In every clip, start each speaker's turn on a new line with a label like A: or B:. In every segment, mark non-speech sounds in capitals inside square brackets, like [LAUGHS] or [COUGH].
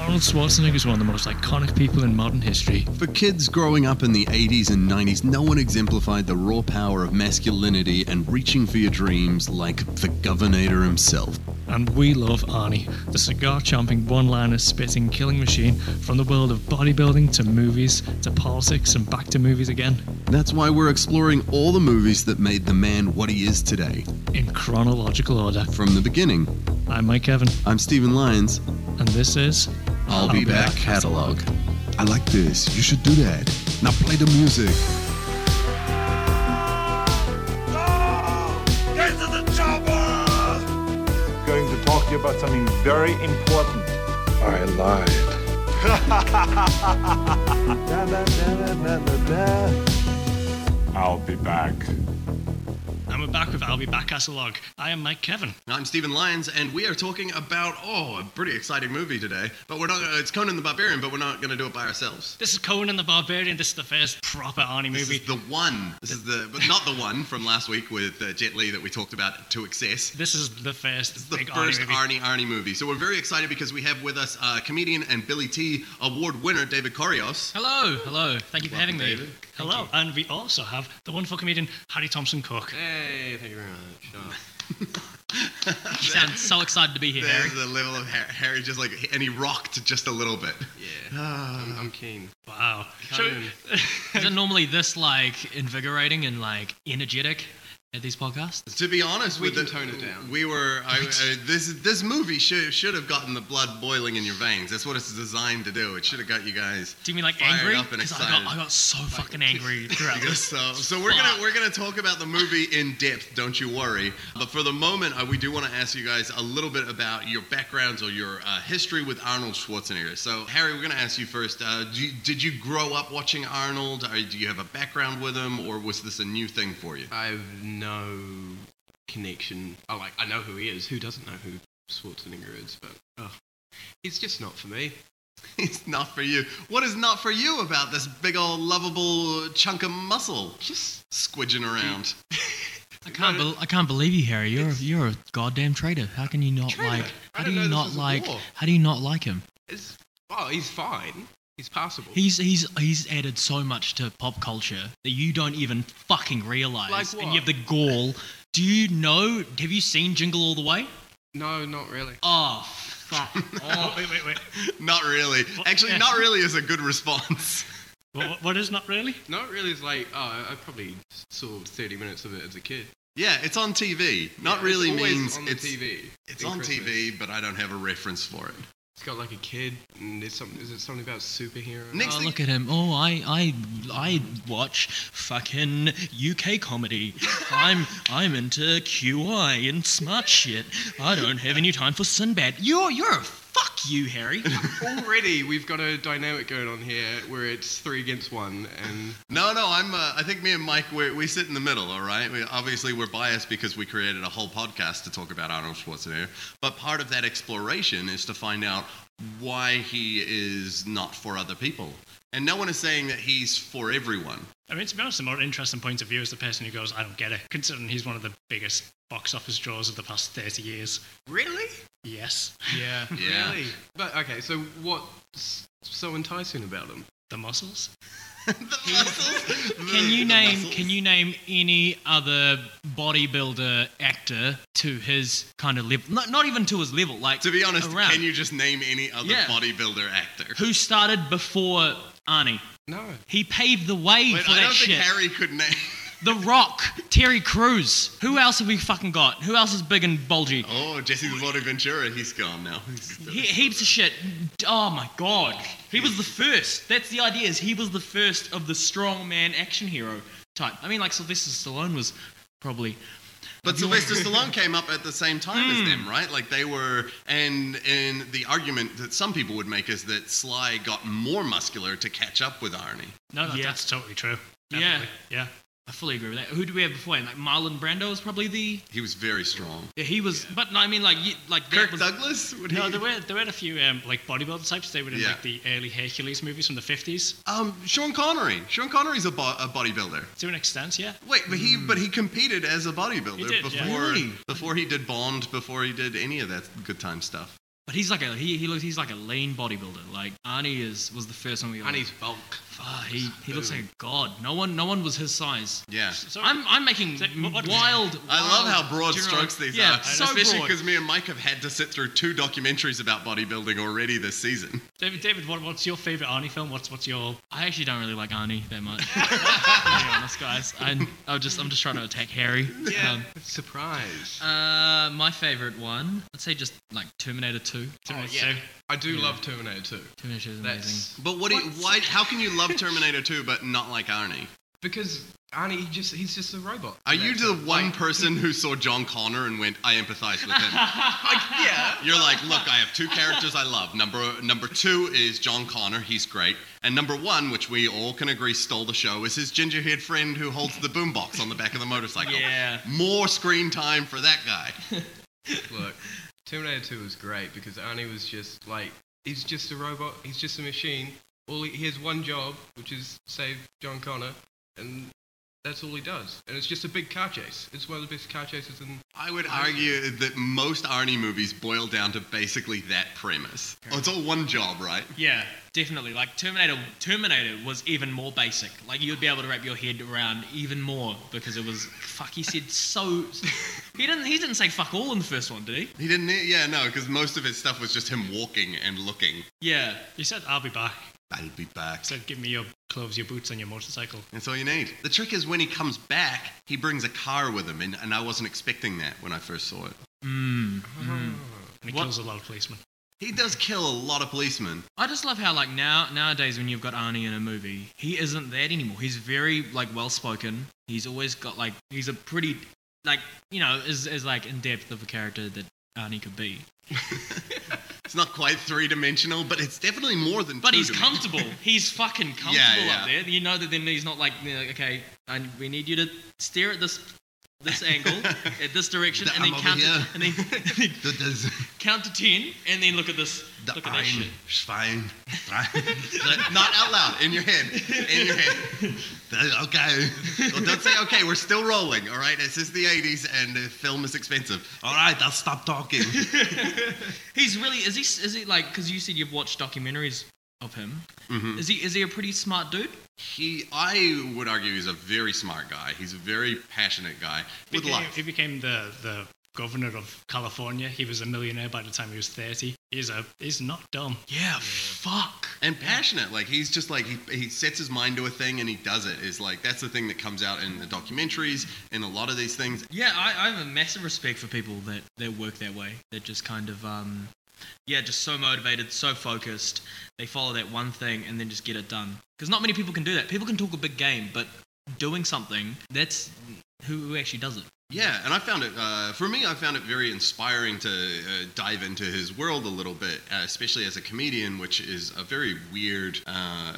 A: Arnold Schwarzenegger is one of the most iconic people in modern history.
B: For kids growing up in the 80s and 90s, no one exemplified the raw power of masculinity and reaching for your dreams like the Governator himself.
A: And we love Arnie, the cigar chomping, one liner spitting killing machine from the world of bodybuilding to movies to politics and back to movies again
B: That's why we're exploring all the movies that made the man what he is today
A: in chronological order.
B: from the beginning.
A: I'm Mike Evan,
B: I'm Stephen Lyons.
A: and this is.
B: I'll, be, back, catalog. I like this. You should do that. Now play the music.
C: Get to the chopper!
D: going to talk to you about something very important.
E: I
D: [LAUGHS]
E: lied.
D: I'll be back.
A: And we're back with I'll Be Back Catalog. I am Mike Kevin.
B: I'm Stephen Lyons, and we are talking about oh, a pretty exciting movie today. But we're not. It's Conan the Barbarian, but we're not going to do it by ourselves.
A: This is Conan the Barbarian. This is the first proper Arnie
B: This
A: movie.
B: is the one. This is the, but not the one from last week with uh, Jet Li that we talked about to excess.
A: This is the first
B: The
A: big
B: first
A: Arnie movie.
B: Arnie Arnie movie. So we're very excited because we have with us uh, comedian and Billy T award winner David Corios.
A: Hello, hello. Thank you for having
F: Welcome,
A: me.
F: David.
A: Hello, and we also have the wonderful comedian Harry Thompson Cook.
F: Hey, thank you very much. Uh, you sound so excited to be here, [LAUGHS]
B: There's the level of Harry, Harry just like, and he rocked just a little bit.
F: Yeah, I'm, I'm keen.
A: Wow.
F: Conan. Is it normally this like invigorating and like energetic at these podcasts?
B: To be honest,
F: We
B: with
F: can
B: the-
F: tone it down.
B: We were I, I, this this movie should should have gotten the blood boiling in your veins. That's what it's designed to do. It should have got you guys.
A: Do you mean like
B: fired
A: angry?
B: up and
A: 'Cause I
B: excited.
A: got, I got so fucking
F: [LAUGHS]
A: angry throughout
B: Because
A: this.
B: [LAUGHS] So, so we're gonna we're gonna talk about the movie in depth. Don't you worry. But for the moment, uh, we do want to ask you guys a little bit about your backgrounds or your uh, history with Arnold Schwarzenegger. So Harry, we're gonna ask you first. Uh, do you, did you grow up watching Arnold? Or do you have a background with him, or was this a new thing for you? [LAUGHS]
F: I have no connection. I like. I know who he is. Who doesn't know who Schwarzenegger is? But oh, he's just not for me.
B: It's not for you. What is not for you about this big old lovable chunk of muscle
F: Just
B: squidging around? [LAUGHS]
F: I
D: can't
F: believe.
G: I can't believe you, Harry. You're a, you're a goddamn traitor. How can you not
F: Traitor?
G: like?
F: I
G: How do
F: didn't
G: you
F: know
G: not
F: this was a
G: like?
F: war.
G: How do you not like him?
F: It's, oh, he's fine. He's passable.
G: He's he's he's added so much to pop culture that you don't even fucking realize.
F: Like
G: And
F: what?
G: you have the gall. Do you know? Have you seen Jingle All the Way?
F: no, not really.
G: Oh
F: [LAUGHS]
G: fuck!
A: Oh, wait, wait, wait.
B: Not really. Actually, not really is a good response. [LAUGHS]
A: What- what- what is not really?
F: Not really. It's like oh, I probably saw 30 minutes of it as a kid.
B: Yeah, it's on TV. Not
F: It's
B: really
F: always
B: means
F: on the
B: it's
F: TV.
B: it's
F: in
B: on
F: Christmas.
B: TV, but I don't have a reference for it.
F: It's got like a kid, and there's something. Is it something about superhero?
B: Nick-
G: Oh, look at him. Oh, I I I watch fucking UK comedy.
B: [LAUGHS]
G: I'm I'm into QI and smart shit. I don't have any time for Sinbad. You're you're a fuck you, Harry.
F: Oh. Already, we've got a dynamic going on here where it's three against one, and
B: No, no, I'm. Uh, I think me and Mike we we sit in the middle. All right. We, obviously, we're biased because we created a whole podcast to talk about Arnold Schwarzenegger. But part of that exploration is to find out why he is not for other people. And no one is saying that he's for everyone.
A: I mean, to be honest, the more interesting point of view is the person who goes, I don't get it, considering he's one of the biggest box office draws of the past 30 years.
F: really,
E: [LAUGHS]
A: Yes.
F: yeah,
B: Yeah.
F: really. But okay, so what's so enticing about him?
A: The muscles?
B: the [LAUGHS] muscles.
G: Can you name can you name any other bodybuilder actor to his kind of level? Not, not even to his level. Like
B: To be honest,
G: around,
B: can you just name any other
G: Yeah.
B: bodybuilder actor?
G: who started before Arnie?
F: No,
G: He paved the way
B: Wait,
G: for
B: I
G: that
B: don't
G: shit.
B: think Harry could name. [LAUGHS]
G: the Rock, Terry Crews. Who else have we fucking got? Who else is big and bulgy?
B: Oh, Jesse the Body Ventura, he's gone now.
G: He, heaps of shit. Oh my god, he was the first. That's the idea. Is he was the first of the strong man action hero type. I mean, like Sylvester Stallone was probably.
B: But [LAUGHS] Sylvester Stallone came up at the same time as them, right? Like they were, and and the argument that some people would make is that Sly got more muscular to catch up with Arnie.
A: No, that,
G: Yeah.
A: that's totally true.
G: Yeah.
A: Definitely. Yeah.
G: I fully agree with that. Who do we have before him? Like Marlon Brando was probably the.
B: He was very strong.
G: Yeah, he was. But no, I mean like you, like that
B: Kirk
G: was,
B: Douglas? Would
A: No,
B: he-
A: there were, there were a few um, like bodybuilder types. They were in
B: Yeah.
A: like the early Hercules movies from the 50s.
B: um, Sean Connery. Sean Connery's a, bo- a bodybuilder.
A: To an extent, yeah.
B: Wait, but he but he competed as a bodybuilder
A: He did, yeah.
B: before
G: Really?
B: before he did Bond, before he did any of that good time stuff.
G: But he's like a he, he looks he's like a lean bodybuilder. Like Arnie is was the first one we.
F: Arnie's bulk.
G: Ah, he, he looks like a god. No one no one was his size.
B: Yeah.
E: So,
G: I'm I'm making
E: So, what- what-
G: wild.
B: I love how broad
G: general-
B: strokes these
G: yeah,
B: are,
G: so
B: especially
G: broad.
B: because me and Mike have had to sit through two documentaries about bodybuilding already this season.
E: David, David, what, what's your favorite Arnie film? What's what's your?
G: I actually don't really like Arnie that much. to be honest, guys. I I just I'm just trying to attack Harry. Um,
F: Surprise.
G: uh, my favorite one, I'd say just like Terminator Two.
E: Terminator
F: yeah.
E: 2.
F: I do love Terminator 2.
G: Terminator 2 is amazing.
F: That's
B: But what do you, why? How can you love Terminator 2 but not like Arnie?
F: because Arnie he just he's just a robot.
B: Are you
F: That's it.
B: the one
F: Like,
B: person who saw John Connor and went, "I empathize with him"?
F: like, yeah.
B: You're like, look, I have two characters I love. Number number two is John Connor, he's great, and number one, which we all can agree stole the show, is his ginger-haired friend who holds the boombox on the back of the motorcycle.
G: Yeah.
B: More screen time for that guy.
F: Look, Terminator 2 was great because Arnie was just like he's just a robot. He's just a machine. All he, he has one job, which is save John Connor, and that's all he does. And it's just a big car chase. It's one of the best car chases in.
B: I would argue that most Arnie movies boil down to basically that premise. Oh, it's all one job, right?
E: Yeah.
G: Definitely, like Terminator. Terminator was even more basic. Like you'd be able to wrap your head around even more because it was fuck. He said so. [LAUGHS] He didn't. He didn't say fuck all in the first one, did he?
B: He didn't. Yeah, no, because most of his stuff was just him walking and looking.
G: Yeah.
E: You said I'll be back.
B: I'll be back.
E: So give me your clothes, your boots, and your motorcycle.
B: That's all you need. The trick is when he comes back, he brings a car with him, and, and I wasn't expecting that when I first saw it.
G: Mm.
E: And he
G: What-
E: kills a lot of policemen.
B: He does kill a lot of policemen.
G: I just love how like now nowadays when you've got Arnie in a movie, he isn't that anymore. He's very like well spoken. He's always got like he's a pretty like you know is is like in depth of a character that Arnie could be.
B: It's not quite three dimensional, but it's definitely more than.
G: But he's
B: two-dimensional.
G: comfortable.
B: [LAUGHS]
G: he's fucking comfortable up
B: yeah.
G: there. You know that then he's not like you know, okay, I, we need you to stare at this
B: [LAUGHS]
G: this angle at this direction
B: The-
G: and then
B: I'm over
G: count to,
B: here.
G: and
B: [LAUGHS]
G: then
B: That is-
G: count to ten and then look at this
B: the
G: look at that shit.
B: ein, Schwein, Schwein. Not out loud, in your head. In your head. The- okay. Well, don't say okay, we're still rolling, all right? This is the 80s and the film is expensive. All right, I'll stop talking.
G: He's really is he is he like because you said you've watched documentaries of him.
B: Mm-hmm.
G: Is he is he a pretty smart dude?
B: He, I would argue, he's a very smart guy. He's a very passionate guy with
E: became-
B: life.
E: He became the, the governor of California. He was a millionaire by the time he was 30. He's, a, he's not
G: [LAUGHS]
E: dumb.
G: Yeah, fuck.
B: and passionate like he's just like he, he sets his mind to a thing and he does it is like that's the thing that comes out in the documentaries and a lot of these things
G: Yeah, I, I have a massive respect for people that that work that way. They're just kind of um, yeah, just so motivated, so focused. They follow that one thing and then just get it done. Because not many people can do that. People can talk a big game, but doing something that's who, who actually does it.
B: yeah and i found it uh, for me i found it very inspiring to uh, dive into his world a little bit uh, especially as a comedian which is a very weird uh,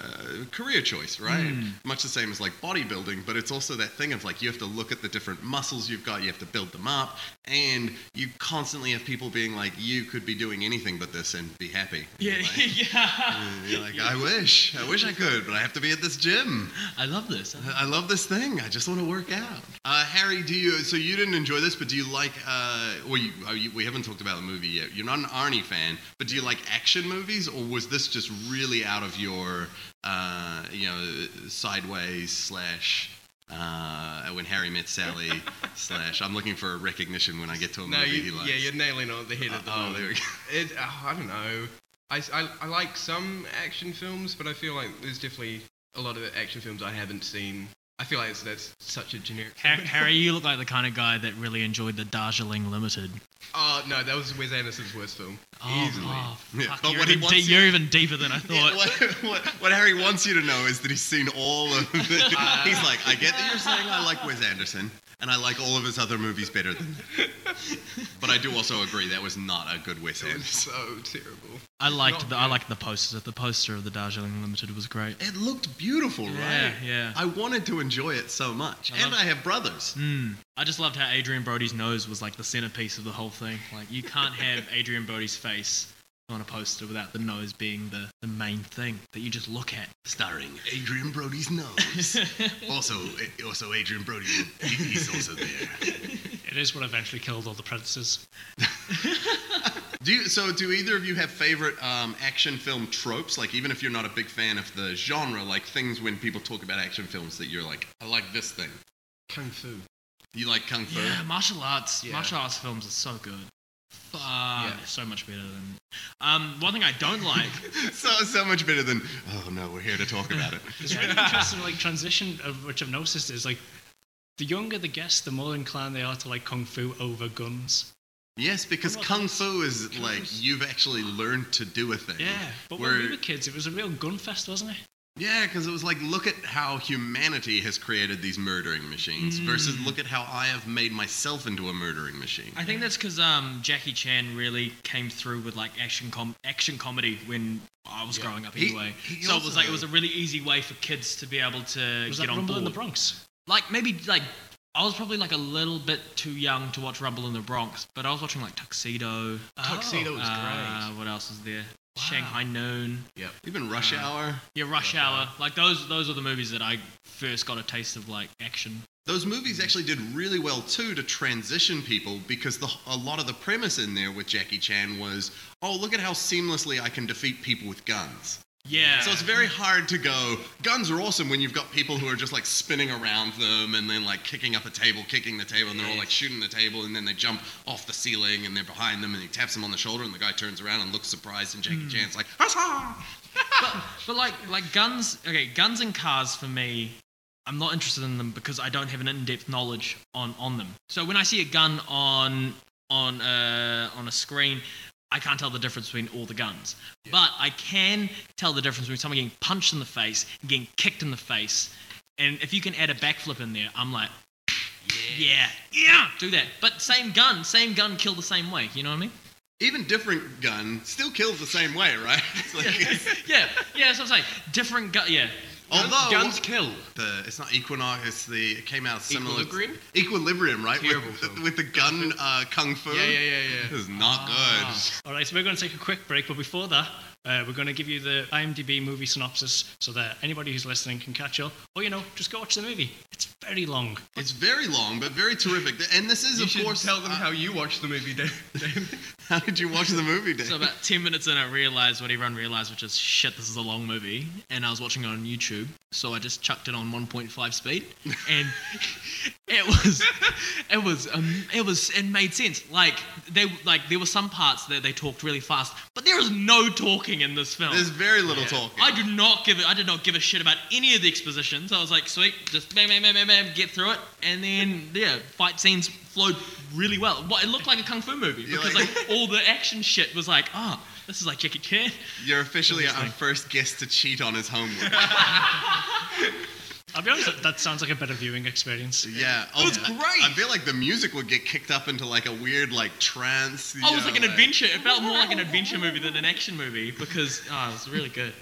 B: career choice right much the same as like bodybuilding but it's also that thing of like you have to look at the different muscles you've got you have to build them up and you constantly have people being like you could be doing anything but this and be happy [LAUGHS] Like-
G: yeah.
B: And You're like, I wish, I wish I could, but I have to be at this gym.
G: [LAUGHS] I love this.
B: I love this thing. I just want to work out. Uh, Harry, do you? So you didn't enjoy this, but do you like? Uh, well, you, oh, you, we haven't talked about the movie yet. You're not an Arnie fan, but do you like action movies, or was this just really out of your, uh, you know, sideways slash? Uh, when Harry
F: [LAUGHS]
B: met Sally, slash, I'm looking for a recognition when I get to a
F: No,
B: movie
F: you,
B: he likes.
F: yeah,
B: [LAUGHS]
F: you're nailing on the head at the
B: Oh,
F: moment.
B: there we go.
F: [LAUGHS] It, oh, I don't know. I, I, I like some action films, but I feel like there's definitely a lot of action films I haven't seen. I feel like that's, that's such a generic.
G: Harry, you look like the kind of guy that really enjoyed the Darjeeling Limited.
F: [LAUGHS] Oh no, that was Wes Anderson's worst film.
G: Oh,
F: Easily.
G: oh,
B: Yeah,
G: fuck,
B: but
G: you're,
B: what he
G: even
B: wants
G: de-
B: you-
G: you're even deeper than I thought.
B: [LAUGHS] Yeah, what, what, what Harry wants you to know is that he's seen all of the.
F: Uh,
B: he's like, I get that you're saying I like Wes Anderson, and I like all of his other movies better than that.
F: [LAUGHS]
B: But I do also agree that was not a good Wes
F: It was
B: Anderson.
F: so terrible.
G: I liked
F: Not
G: the I liked the poster. The poster of the Darjeeling Limited was great.
B: It looked beautiful,
G: Yeah,
B: right?
G: yeah.
B: I wanted to enjoy it so much.
G: I
B: and
G: love-
B: I have brothers.
G: Mm. I just loved how Adrian Brody's nose was like the centerpiece of the whole thing. Like you can't have Adrian Brody's face on a poster without the nose being the, the main thing that you just look at.
B: Starring
G: [LAUGHS]
B: Adrian Brody's nose. also, also Adrian
G: [LAUGHS]
B: Brody, he's also there.
E: It is what eventually killed all the predators.
B: Do you, so do either of you have favorite um, action film tropes? Like even if you're not a big fan of the genre, like things when people talk about action films that you're like, I like this thing.
F: Kung Fu.
B: You like kung fu?
G: Yeah, martial arts.
F: Yeah.
G: Martial arts films are so good. Fuck,
F: Yeah.
G: they're so much better than. Um, one thing I don't like.
B: [LAUGHS] So so much better than. Oh no, we're here to talk about
G: [LAUGHS]
B: it.
E: It's really interesting, like transition of which I've noticed is like the younger the guests, the more inclined they are to like kung fu over guns.
B: Yes, because kung fu is like you've actually learned to do a thing.
E: Yeah, but when we were kids, it was a real gun fest, wasn't it?
B: Yeah, because it was like, look at how humanity has created these murdering machines versus look at how I have made myself into a murdering machine.
G: I think that's because um, Jackie Chan really came through with like action com- action comedy when I was growing up
B: He-
G: anyway.
B: he
G: so it was like it
B: also-
G: was a really easy way for kids to be able to
E: Was
G: get
E: that
G: on
E: Rumble
G: board.
E: in the Bronx?
G: Like maybe like I was probably like a little bit too young to watch Rumble in the Bronx, but I was watching like Tuxedo.
F: Oh, Tuxedo was
G: uh, What else was there? Shanghai Noon.
B: Even Rush Hour,
G: Yeah, Rush Hour. Like those those are the movies that I first got a taste of like action.
B: those movies actually did really well too to transition people because the, a lot of the premise in there with Jackie Chan was, oh, look at how seamlessly I can defeat people with guns.
G: Yeah.
B: So it's very hard to go, guns are awesome when you've got people who are just like spinning around them and then like kicking up a table, kicking the table, and they're all like shooting the table, and then they jump off the ceiling and they're behind them and he taps them on the shoulder and the guy turns around and looks surprised and Jackie
F: Hmm.
B: Chan's like, "Huzzah!"
G: But like like guns, okay, guns and cars for me, I'm not interested in them because I don't have an in-depth knowledge on on them. So when I see a gun on on uh, on a screen, I can't tell the difference between all the guns. But I can tell the difference between someone getting punched in the face and getting kicked in the face. And if you can add a backflip in there, I'm like, yeah, yeah, do that. But same gun, same gun, kill the same way. You know what I mean?
B: Even different gun still kills the same way, right? [LAUGHS] It's like-
G: Yeah, yeah. That's what I'm saying. Different gun. Yeah.
B: although
F: Guns kill.
B: the it's not Equinox, it's the it came out similar.
F: Equilibrium?
B: Equilibrium, right?
F: Terrible
B: with,
F: film.
B: with the gun uh, kung fu.
F: Yeah, yeah, yeah,
B: This
F: yeah. Ah.
B: is not good.
E: All right, so we're going to take a quick break, but before that, uh, we're going to give you the IMDb movie synopsis so that anybody who's listening can catch up, or you know, just go watch the movie. It's very long.
B: It's very long, but very terrific. And this is,
F: You
B: of
F: should
B: course,
F: tell them
B: uh,
F: how you watched the movie, Dave.
B: How [LAUGHS] did you watch the movie, Dave?
G: So about [LAUGHS] ten minutes in, I realized what everyone realized, which is shit. This is a long movie, and I was watching it on YouTube, so I just chucked it on 1.5 speed,
E: [LAUGHS]
G: and it was, it was, um, it was, it made sense. Like they, like there were some parts that they talked really fast, but there is no talking in this film.
B: There's very little talking.
G: I do not give it. I did not give a shit about any of the expositions. I was like, sweet, just bam, bam, bam, bam, bam, get through it, and then yeah, fight scenes flowed really well. What it looked like a kung fu movie
B: You're
G: because
B: like-
G: like all the action shit was like, ah, this is like Jackie Chan. [LAUGHS]
B: You're officially our first guest to cheat on his homework.
E: I'll be honest, that, that sounds like a better viewing experience.
B: yeah, oh,
G: was
B: I-
G: great.
B: I, feel like the music would get kicked up into like a weird like trance. you
G: Oh, it was
B: know,
G: like an adventure. It felt more like an adventure movie than an action movie because ah, it was really good.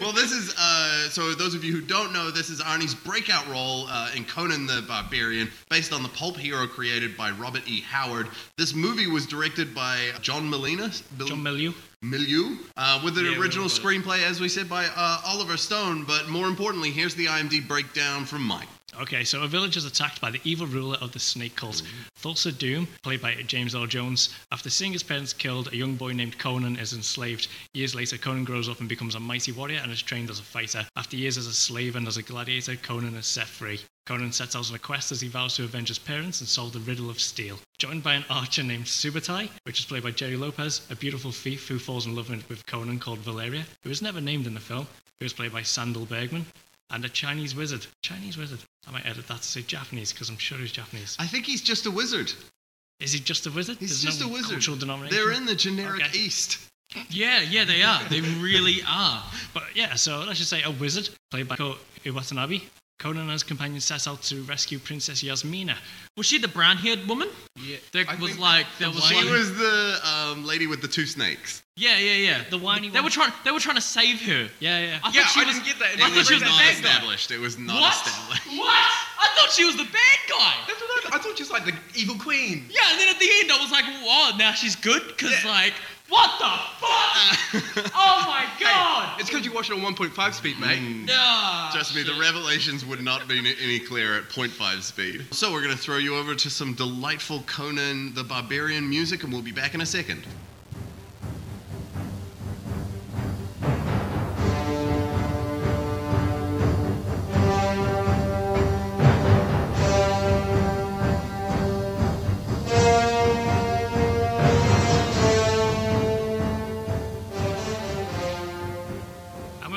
B: Well, this is uh, so. Those of you who don't know, this is Arnie's breakout role uh, in Conan the Barbarian, based on the pulp hero created by Robert E. Howard. This movie was directed by John Molina. Bill-
E: John Milieu.
B: Milieu, uh, with an
G: Yeah, we
B: original
G: all got
B: screenplay, as we said, by uh, Oliver Stone. But more importantly, here's the IMDb breakdown from Mike.
E: Okay, so a village is attacked by the evil ruler of the snake cult, Thulsa Doom, played by James Earl Jones. After seeing his parents killed, a young boy named Conan is enslaved. Years later, Conan grows up and becomes a mighty warrior and is trained as a fighter. After years as a slave and as a gladiator, Conan is set free. Conan sets out on a quest as he vows to avenge his parents and solve the riddle of steel. Joined by an archer named Subutai, which is played by Jerry Lopez, a beautiful thief who falls in love with Conan called Valeria, who is never named in the film, who is played by Sandal Bergman, and a Chinese wizard. Chinese wizard. I might edit that to say Japanese because I'm sure he's Japanese.
B: I think he's just a wizard.
E: Is he just a wizard?
B: He's
E: There's
B: just
E: no
B: a wizard.
E: Cultural denomination.
B: They're in the generic
E: Okay.
B: East.
G: yeah, yeah, they are. They really are.
E: But yeah, so let's just say a wizard played by Ko Iwatanabe. Conan and his companions set out to rescue Princess Yasmina.
G: Was she the brown-haired woman?
F: yeah.
G: That
F: I
G: was
F: think
G: like that
F: the
G: was
F: white-
B: She
G: like,
B: was the um, lady with the two snakes.
G: yeah, yeah, yeah.
E: The whiny
G: They
E: one.
G: were trying. They were trying to save her.
E: Yeah, yeah.
G: I
F: Yeah,
G: thought she
F: I
G: was,
F: didn't get that.
G: I
F: It
G: thought
F: was
G: she was the
F: like
B: not
G: bad guy.
B: established. It was not
G: What?
B: established.
G: What? I thought she was the bad guy.
F: [LAUGHS] That's what I, I thought she was like the evil queen.
G: Yeah, and then at the end, I was like, "Wow, now she's good," because like, what the [LAUGHS] fuck? oh my god!
F: It's because you watched it on 1.5 speed, mate.
G: Nah,
B: Trust me,
G: Mm.
B: the
G: shit.
B: revelations would not be any clearer at 0.5 speed. So we're going to throw you over to some delightful Conan the Barbarian music, and we'll be back in a second.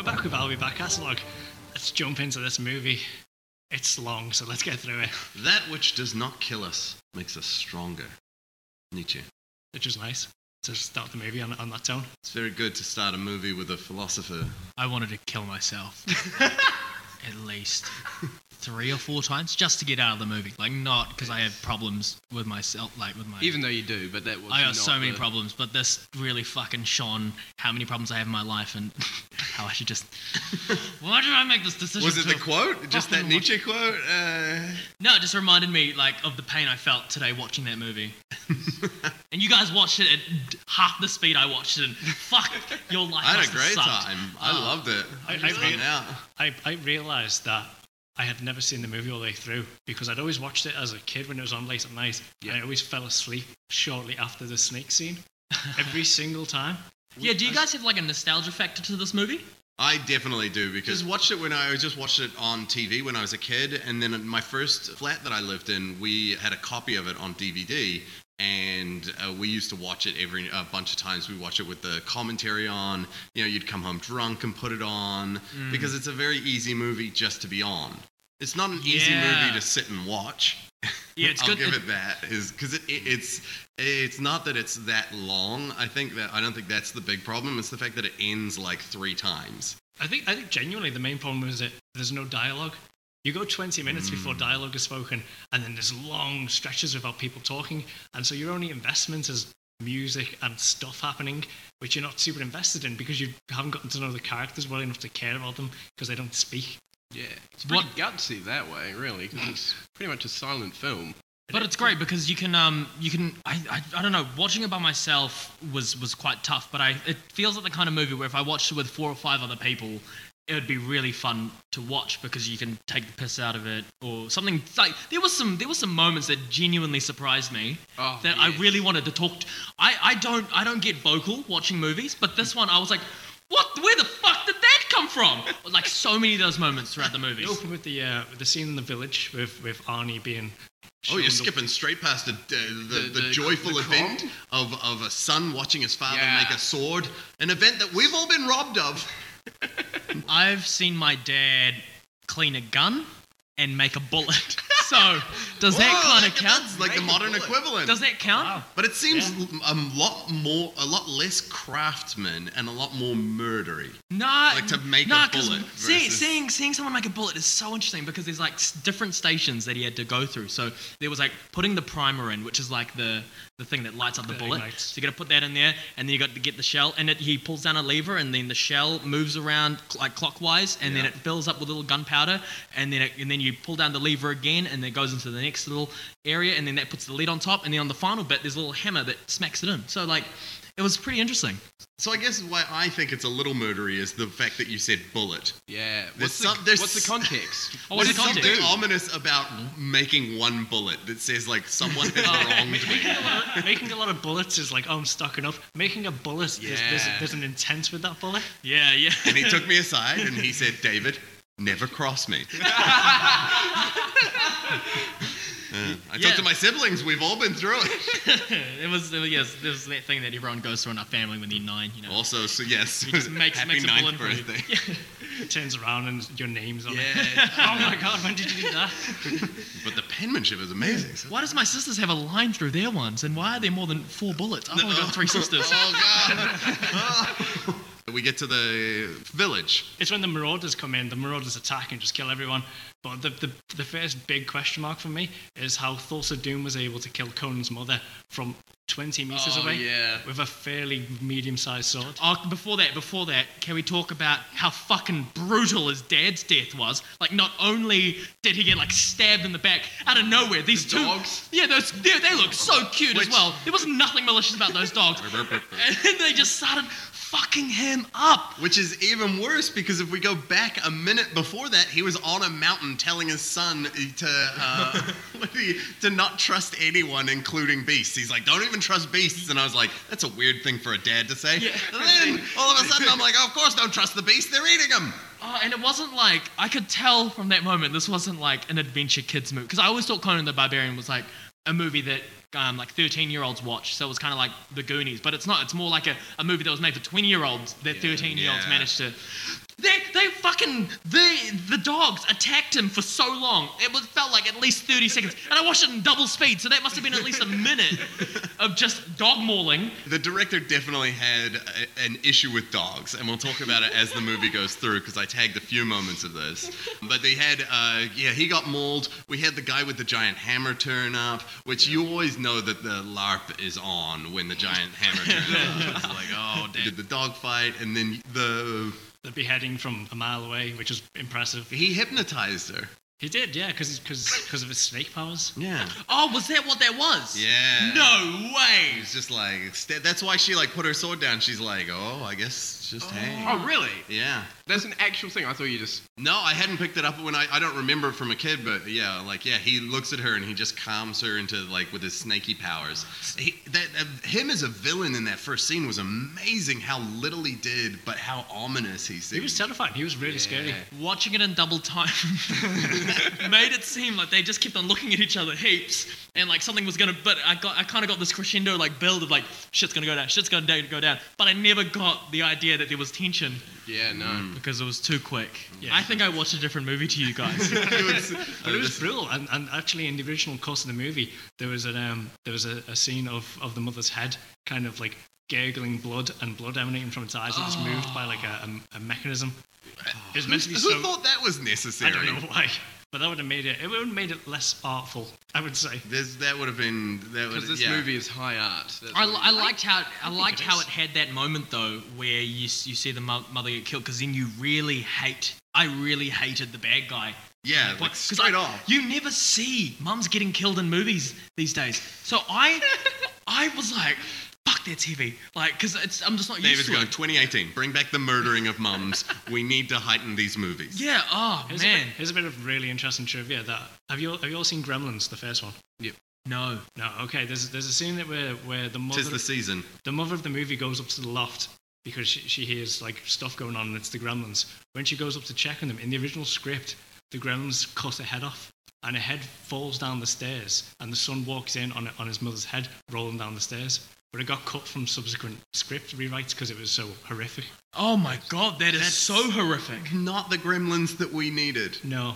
E: talk about Albie Backcast. Look, let's jump into this movie. It's long, so let's get through it,
B: That which does not kill us makes us stronger. Nietzsche.
E: which was nice to start the movie on, on that tone.
B: It's very good to start a movie with a philosopher.
G: I wanted to kill [LAUGHS] myself at least three or four times just to get out of the movie. Like not because I have problems with myself, like with my
F: Even though you do, but that was.
G: I got
F: not
G: so many
F: the-
G: problems, but this really fucking shone how many problems I have in my life and [LAUGHS] how I should
B: [LAUGHS]
G: just. Why did I make this decision?
B: Was it
G: to-
B: the quote? Just that
G: fucking
B: Nietzsche quote? Uh,
G: No, it just reminded me like of the pain I felt today watching that
B: [LAUGHS]
G: movie. [LAUGHS] and you guys watched it at half the speed I watched it. And fuck, your life.
B: I had
G: must
B: a
G: have
B: great
G: sucked.
B: time. I
G: Oh.
B: loved it. Uh, I
E: I- I
B: just hung
E: really-
B: out.
E: I, I realised that I had never seen the movie all the way through because I'd always watched it as a kid when it was on late at night.
F: Yeah.
E: And I always fell asleep shortly after the snake scene.
B: [LAUGHS]
E: Every single time.
G: Yeah, do you guys have like a nostalgia factor to this movie?
B: I definitely do because watched it when I just watched it on TV when I was a kid, and then my first flat that I lived in, we had a copy of it on DVD, and uh, we used to watch it every a bunch of times. We watch it with the commentary on. You know, you'd come home drunk and put it on because it's a very easy movie just to be on. It's not an easy
G: Yeah.
B: movie to sit and watch.
G: Yeah, it's
B: I'll
G: good.
B: give it that is because it, it, it's it's not that it's that long. I think that I don't think that's the big problem. It's the fact that it ends like three times.
E: I think I think genuinely the main problem is that there's no dialogue. You go 20 minutes before dialogue is spoken, and then there's long stretches without people talking, and so your only investment is music and stuff happening, which you're not super invested in because you haven't gotten to know the characters well enough to care about them because they don't speak.
F: Yeah. It's pretty
G: What-
F: gutsy that way, really, because it's pretty much a silent film.
G: But it's great because you can, um, you can. I, I, I don't know. Watching it by myself was was quite tough, but I it feels like the kind of movie where if I watched it with four or five other people, it would be really fun to watch because you can take the piss out of it or something. Like there was some there were some moments that genuinely surprised me
F: Oh,
G: that I
F: yes.
G: really wanted to talk. To. I I don't I don't get vocal watching movies, but this one I was like. What? Where the fuck did that come from? Like so many of those moments throughout the movies.
E: It opened with the uh, the scene in the village with with Arnie being.
B: Oh,
E: shown the-
B: you're skipping straight past the the, the,
F: The- the-
B: joyful
F: the
B: event of, of a son watching his father
F: Yeah.
B: make a sword, an event that we've all been robbed of.
G: I've seen my dad clean a gun and make a bullet. [LAUGHS] So does that
B: Whoa,
G: kind of
B: that-
G: count?
B: That's like the
F: Make a
B: modern
F: bullet.
B: equivalent.
G: Does that count?
B: but it seems a lot more, a lot less craftsman and a lot more murdery.
G: No,
B: Like to make a
G: no, 'cause
B: bullet
G: see-
B: versus-
G: seeing seeing someone make a bullet is so interesting because there's like s- different stations that he had to go through. So there was like putting the primer in, which is like the the thing that lights up the
E: That
G: bullet.
E: ignites.
G: So you got to put that in there, and then you got to get the shell. And it, he pulls down a lever, and then the shell moves around cl- like clockwise, and then
B: Yeah.
G: it fills up with little gunpowder, and then it, and then you pull down the lever again, and then it goes into the next little area, and then that puts the lid on top, and then on the final bit there's a little hammer that smacks it in. So like, it was pretty interesting.
B: So I guess why I think it's a little murdery is the fact that you said bullet.
F: Yeah.
B: There's
F: What's, the,
B: some- there's
F: what's the
B: s-
F: [LAUGHS] context?
G: Oh, what's
B: There's
G: the
B: something
G: context?
B: ominous about making one bullet that says like someone
G: [LAUGHS] Oh.
B: has wronged me.
E: Making a, lot of, [LAUGHS] making a lot of bullets is like, oh, I'm stocking up. Making a bullet, there's, there's,
F: Yeah.
E: there's an intent with that bullet.
G: Yeah, yeah.
B: And he took me aside and he said, David, never
G: [LAUGHS]
B: cross me. [LAUGHS] Uh, I
G: Yeah.
B: talked to my siblings. We've all been through it.
G: it was it was- yes, there was that thing that everyone goes through in our family when they're nine, you know.
B: Also, so yes,
G: He just makes,
B: happy
G: makes a bullet
B: ninth
G: for you.
B: birthday.
E: Turns around and your name's on it.
F: Yeah.
E: [LAUGHS] Oh my god, when did you do that?
B: But the penmanship is amazing.
G: Why does my sisters have a line through their ones, and why are there more than four bullets? I've only got three sisters.
B: Oh god! [LAUGHS] we get to the
G: [LAUGHS]
B: village.
E: It's when the marauders come in, the marauders attack and just kill everyone. But the, the, the first big question mark for me is how Thulsa Doom was able to kill Conan's mother from 20 meters
F: Oh,
E: away
F: yeah.
E: with a fairly medium sized sword.
G: Oh, before that, before that, can we talk about how fucking brutal his dad's death was? Like, not only did he get like stabbed in the back out of nowhere, these two
F: dogs?
G: yeah, those they, they look so cute
B: Which-
G: as well. There was nothing malicious about those dogs, and then they just started fucking him up.
B: Which is even worse because if we go back a minute before that, he was on a mountain telling his son to uh, [LAUGHS] what do you- to not trust anyone, including beasts. He's like, "Don't even trust beasts," and I was like, "That's a weird thing for a dad to say." And then all of a sudden, I'm like, "Oh, "Of course, don't trust the beasts. They're eating them."
G: Oh, and it wasn't like I could tell from that moment this wasn't like an adventure kids movie because I always thought Conan the Barbarian was like a movie that um, like 13 year olds watch, so it was kind of like The Goonies, but it's not. It's more like a, a movie that was made for 20 year olds that 13 year olds
B: yeah.
G: managed to They, they fucking the the dogs attacked him for so long. It was felt like at least thirty seconds, and I watched it in double speed, so that must have been at least a minute of just dog mauling.
B: The director definitely had a, an issue with dogs, and we'll talk about it as the movie goes through because I tagged a few moments of this. But they had, uh, yeah, he got mauled. We had the guy with the giant hammer turn up, which you always know that the LARP is on when the giant hammer [LAUGHS] turns up. It's like, oh, they did the dog fight, and then the
E: The beheading from a mile away, which is impressive.
B: he hypnotized her.
E: He did, yeah, because because of his snake powers.
B: Yeah.
G: Oh, was that what that was?
B: Yeah.
G: No way.
B: It's just like st- that's why she like put her sword down. She's like, oh, I guess just hang.
F: Oh, really?
B: Yeah.
F: That's an actual thing. I thought you just.
B: No, I hadn't picked it up when I, I don't remember from a kid, but yeah, like yeah, he looks at her and he just calms her into like with his snaky powers. He, that uh, him as a villain in that first scene was amazing. How little he did, but how ominous he seemed.
E: He was terrifying. He was really scary.
G: Watching it in double time [LAUGHS] made it seem like they just kept on looking at each other heaps, and like something was gonna. But I got, I kind of got this crescendo like build of like shit's gonna go down, shit's gonna da- go down. But I never got the idea that there was tension
F: Yeah, no.
G: because it was too quick. I think I watched a different movie to you guys.
E: [LAUGHS] But it was brutal, and, and actually, in the original course of the movie, there was an um, there was a, a scene of, of the mother's head kind of like gurgling blood and blood emanating from its eyes, and it's moved by like a, a, a mechanism. It was meant to be
B: Who
E: so.
B: thought that was
E: I
B: necessary?
E: don't know why, but that would have made it. It would have made it less artful, I would say.
B: This, that would have been that would
F: Because this
B: yeah.
F: movie is high art. That's
G: I,
F: what
G: I liked how I liked
E: it
G: how
E: is.
G: it had that moment though, where you s- you see the mo- mother get killed, because then you really hate. I really hated the bad guy.
B: Yeah, like,
G: Because
B: straight
G: I-
B: off.
G: You never see mums getting killed in movies these days. So
B: [LAUGHS]
G: I, I was like, fuck, that's heavy. Like, because it's I'm just not used
B: David's
G: to
B: going
G: it.
B: 2018. Bring back the murdering of mums. we need to heighten these movies.
G: Yeah. Oh
E: Here's a,
G: man.
E: bit, here's a bit of really interesting trivia. That have you all- have you all seen Gremlins, the first one?
G: No.
E: No. Okay. There's there's a scene that where where the mother
B: Tis the season.
E: the mother of the movie goes up to the loft because she, she hears like stuff going on and it's the gremlins. When she goes up to check on them, in the original script, the gremlins cut her head off and her head falls down the stairs and the son walks in on, on his mother's head rolling down the stairs. But it got cut from subsequent script rewrites because it was so horrific.
G: Oh my god, that is
B: That's-
G: so horrific.
B: Not the gremlins that we needed.
E: No.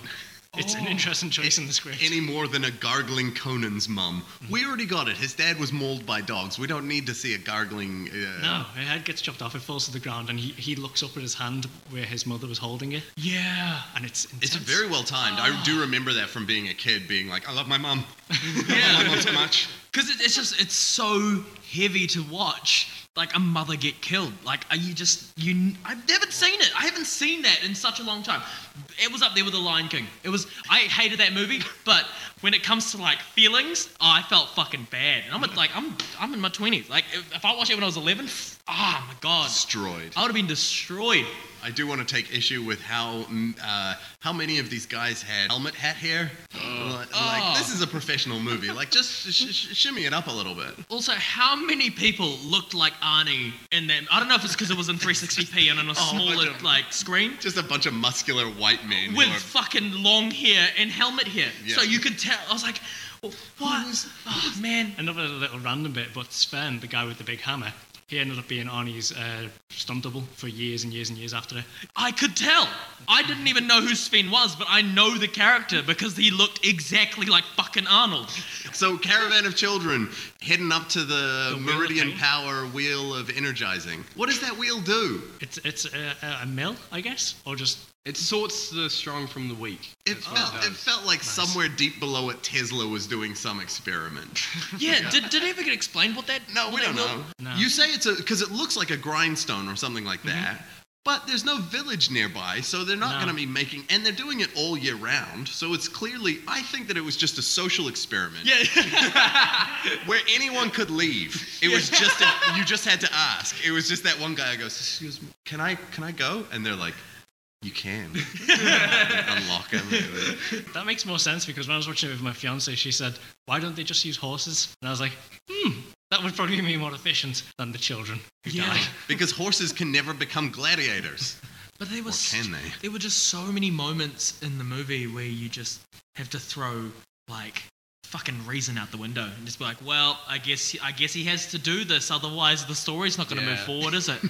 E: Oh. It's an interesting choice in the script.
B: any more than a gargling Conan's mum. We already got it. His dad was mauled by dogs. We don't need to see a gargling. Uh,
E: no, her head gets chopped off, it falls to the ground, and he, he looks up at his hand where his mother was holding it,
G: Yeah.
E: and it's intense.
B: It's very well timed. I do remember that from being a kid, being like, I love my [LAUGHS] mum. I love my mum so much.
G: Because it, it's just it's so heavy to watch. Like a mother get killed. Like are you just you? I haven't seen it. I haven't seen that in such a long time. It was up there with the Lion King. It was. I hated that movie, [LAUGHS] but when it comes to like feelings, oh, I felt fucking bad. And I'm at, like I'm I'm in my twenties. Like if, if I watched it when I was eleven, ah my god,
B: Destroyed.
G: I would have been destroyed.
B: I do want to take issue with how mm, uh, how many of these guys had helmet hat hair. Like,
G: Oh.
B: this is a professional movie. Like, just sh- sh- shimmy it up a little bit.
G: Also, how many people looked like Arnie in that? I don't know if it's because it was in 360p and on a smaller
B: bunch of-
G: like screen.
B: Just a bunch of muscular white men. who
G: with
B: are-
G: fucking long hair and helmet hair.
B: Yeah.
G: So you could tell. I was like, "Oh, what? Oh, man.
E: Another little random bit, but Sven, the guy with the big hammer, he ended up being Arnie's uh, stunt double for years and years and years after. it.
G: I could tell. I didn't even know who Sven was, but I know the character because he looked exactly like fucking Arnold.
B: So, Caravan of Children heading up to the,
E: Wheel of
B: Meridian
E: Pain?
B: Power Wheel of Energizing. What does that wheel do?
E: It's it's a, a, a mill, I guess, or just
F: It sorts the strong from the weak.
B: It
F: That's what
B: felt, it
F: does.
B: felt like somewhere deep below it, Tesla was doing some experiment. [LAUGHS]
G: Yeah, Did, did it ever get explained what that?
B: No, we
G: what that
B: don't
G: will-
B: know.
E: No.
B: You say it's a because it looks like a grindstone or something like that, but there's no village nearby, so they're not
E: No.
B: going to be making. And they're doing it all year round, so it's clearly. I think that it was just a social experiment.
G: Yeah.
B: [LAUGHS] Where anyone could leave. It was just a, you just had to ask. It was just that one guy goes, "Excuse me, can I can I go?" And they're like, "You can." Unlock him.
E: that makes more sense because when I was watching it with my fiance, she said, "Why don't they just use horses?" And I was like, "Hmm, that would probably be more efficient than the children who
G: Yeah.
E: die."
B: Because horses can never become gladiators.
G: But there was
B: can they?
G: there were just so many moments in the movie where you just have to throw like fucking reason out the window and just be like, well, I guess I guess he has to do this, otherwise the story's not going to move
F: Yeah.
G: forward, is it?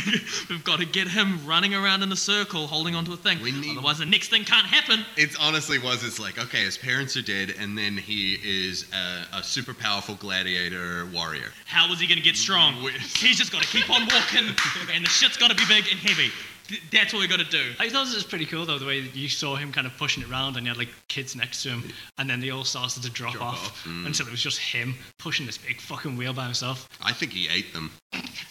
G: [LAUGHS] We've got to get him running around in a circle, holding onto a thing.
B: We need-
G: otherwise, the next thing can't happen.
B: It's honestly was. It's like okay, his parents are dead, and then he is a, a super powerful gladiator warrior.
G: How is he going to get strong?
B: We-
G: He's just got to keep on walking, and the shit's got to be big and heavy. Th- that's what we got to do.
E: I thought this was pretty cool though, the way that you saw him kind of pushing it around and he had like kids next to him and then they all started to drop, off, hmm. until it was just him pushing this big fucking wheel by himself.
B: I think he ate them.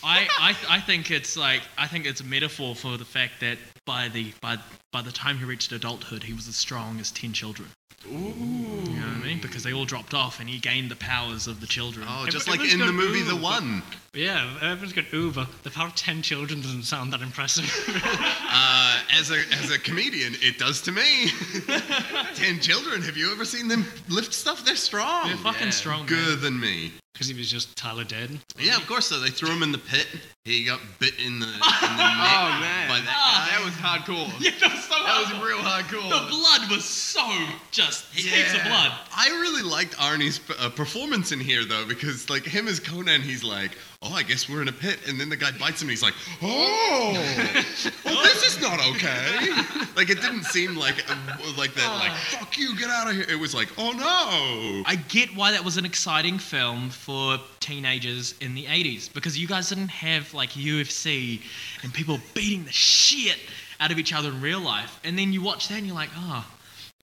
G: I, I, I think it's like I think it's a metaphor for the fact that by the by by the time he reached adulthood, he was as strong as ten children. Ooh. You know what I mean? Because they all dropped off, and he gained the powers of the children.
B: Oh,
E: Ev-
B: just like
E: everyone's
B: in the
E: gone,
B: movie The
E: "Ooh."
B: One.
E: But yeah, everyone's going over. The power of ten children doesn't sound that impressive. [LAUGHS]
B: Uh, as a as a comedian, it does to me. [LAUGHS] Ten children. Have you ever seen them lift stuff? They're strong.
G: They're fucking
F: yeah.
E: [LAUGHS]
G: strong. man.
B: Bigger than me.
E: Because he was just Tyler Durden.
B: Yeah, of course. So they threw him in the pit. He got bit in the, in the neck by that guy.
F: that was hardcore.
G: Ah. [LAUGHS] Yeah, that was so
F: That was
G: hard.
F: real
G: The
F: hardcore.
G: blood was so just heaps of
F: Yeah.
G: blood.
B: I really liked Arnie's uh, performance in here though, because like him as Conan, he's like, "Oh, I guess we're in a pit," and then the guy bites him, and he's like,
G: [LAUGHS]
B: "Oh, well, this is not okay." like it didn't seem like uh, like that, like
G: Ah.
B: "fuck you, get out of here." It was like, "Oh no."
G: I get why that was an exciting film for teenagers in the 80s because you guys didn't have like UFC and people beating the shit out of each other in real life. And then you watch that and you're like, oh,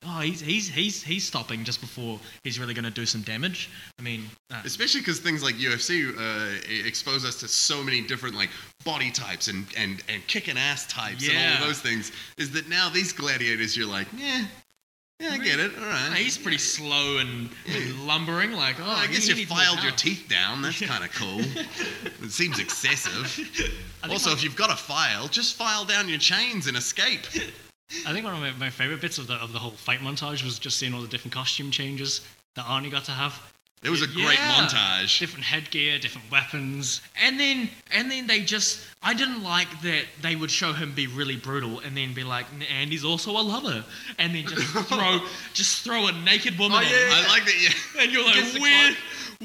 G: oh he's, he's, he's, he's stopping just before he's really going to do some damage. I mean, uh,
B: Especially because things like UFC uh, e- expose us to so many different like body types and and and kicking ass types and all
G: Yeah.
B: of those things. Is that now these gladiators? You're like, yeah, yeah, I get it. All right.
G: he's pretty slow and, and lumbering. Like, oh,
B: Well, I guess
G: he
B: you
G: needs more
B: filed your
G: power.
B: teeth down. That's kind of cool. it
G: [LAUGHS]
B: seems excessive. Also, if you've got a file, just file down your chains and escape.
E: I think one of my, my favorite bits of the, of the whole fight montage was just seeing all the different costume changes that Arnie got to have.
B: It was a great
G: Yeah.
B: montage.
E: Different headgear, different weapons.
G: And then and then they just I didn't like that they would show him be really brutal and then be like and he's also a lover and then
B: [LAUGHS]
G: just throw just throw a naked woman at him.
B: I like that.
G: [LAUGHS]
B: Oh, Yeah,
G: and
B: [LAUGHS]
G: you're like
F: Against the
G: where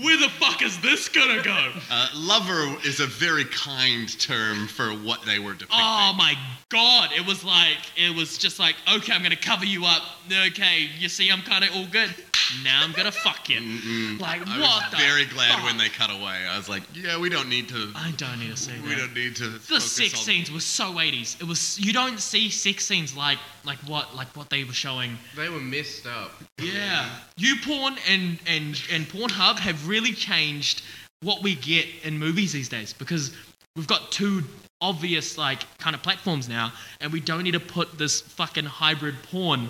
G: where the fuck is this gonna go?
B: uh, lover is a very kind term for what they were depicting.
G: oh my god! It was like it was just like okay I'm gonna cover you up okay you see I'm kind of all good now I'm gonna fuck you like
B: I
G: what
B: was
G: the
B: very glad
G: fuck?
B: when they cut away. I was like, yeah, we don't need to.
G: I don't need to see that.
B: We don't need to.
G: the
B: focus
G: sex
B: on-
G: scenes were so 80s. It was you don't see sex scenes like like what like what they were showing.
F: They were messed up.
G: Yeah, you porn and and and Pornhub have really changed what we get in movies these days because we've got two obvious like kind of platforms now, and we don't need to put this fucking hybrid porn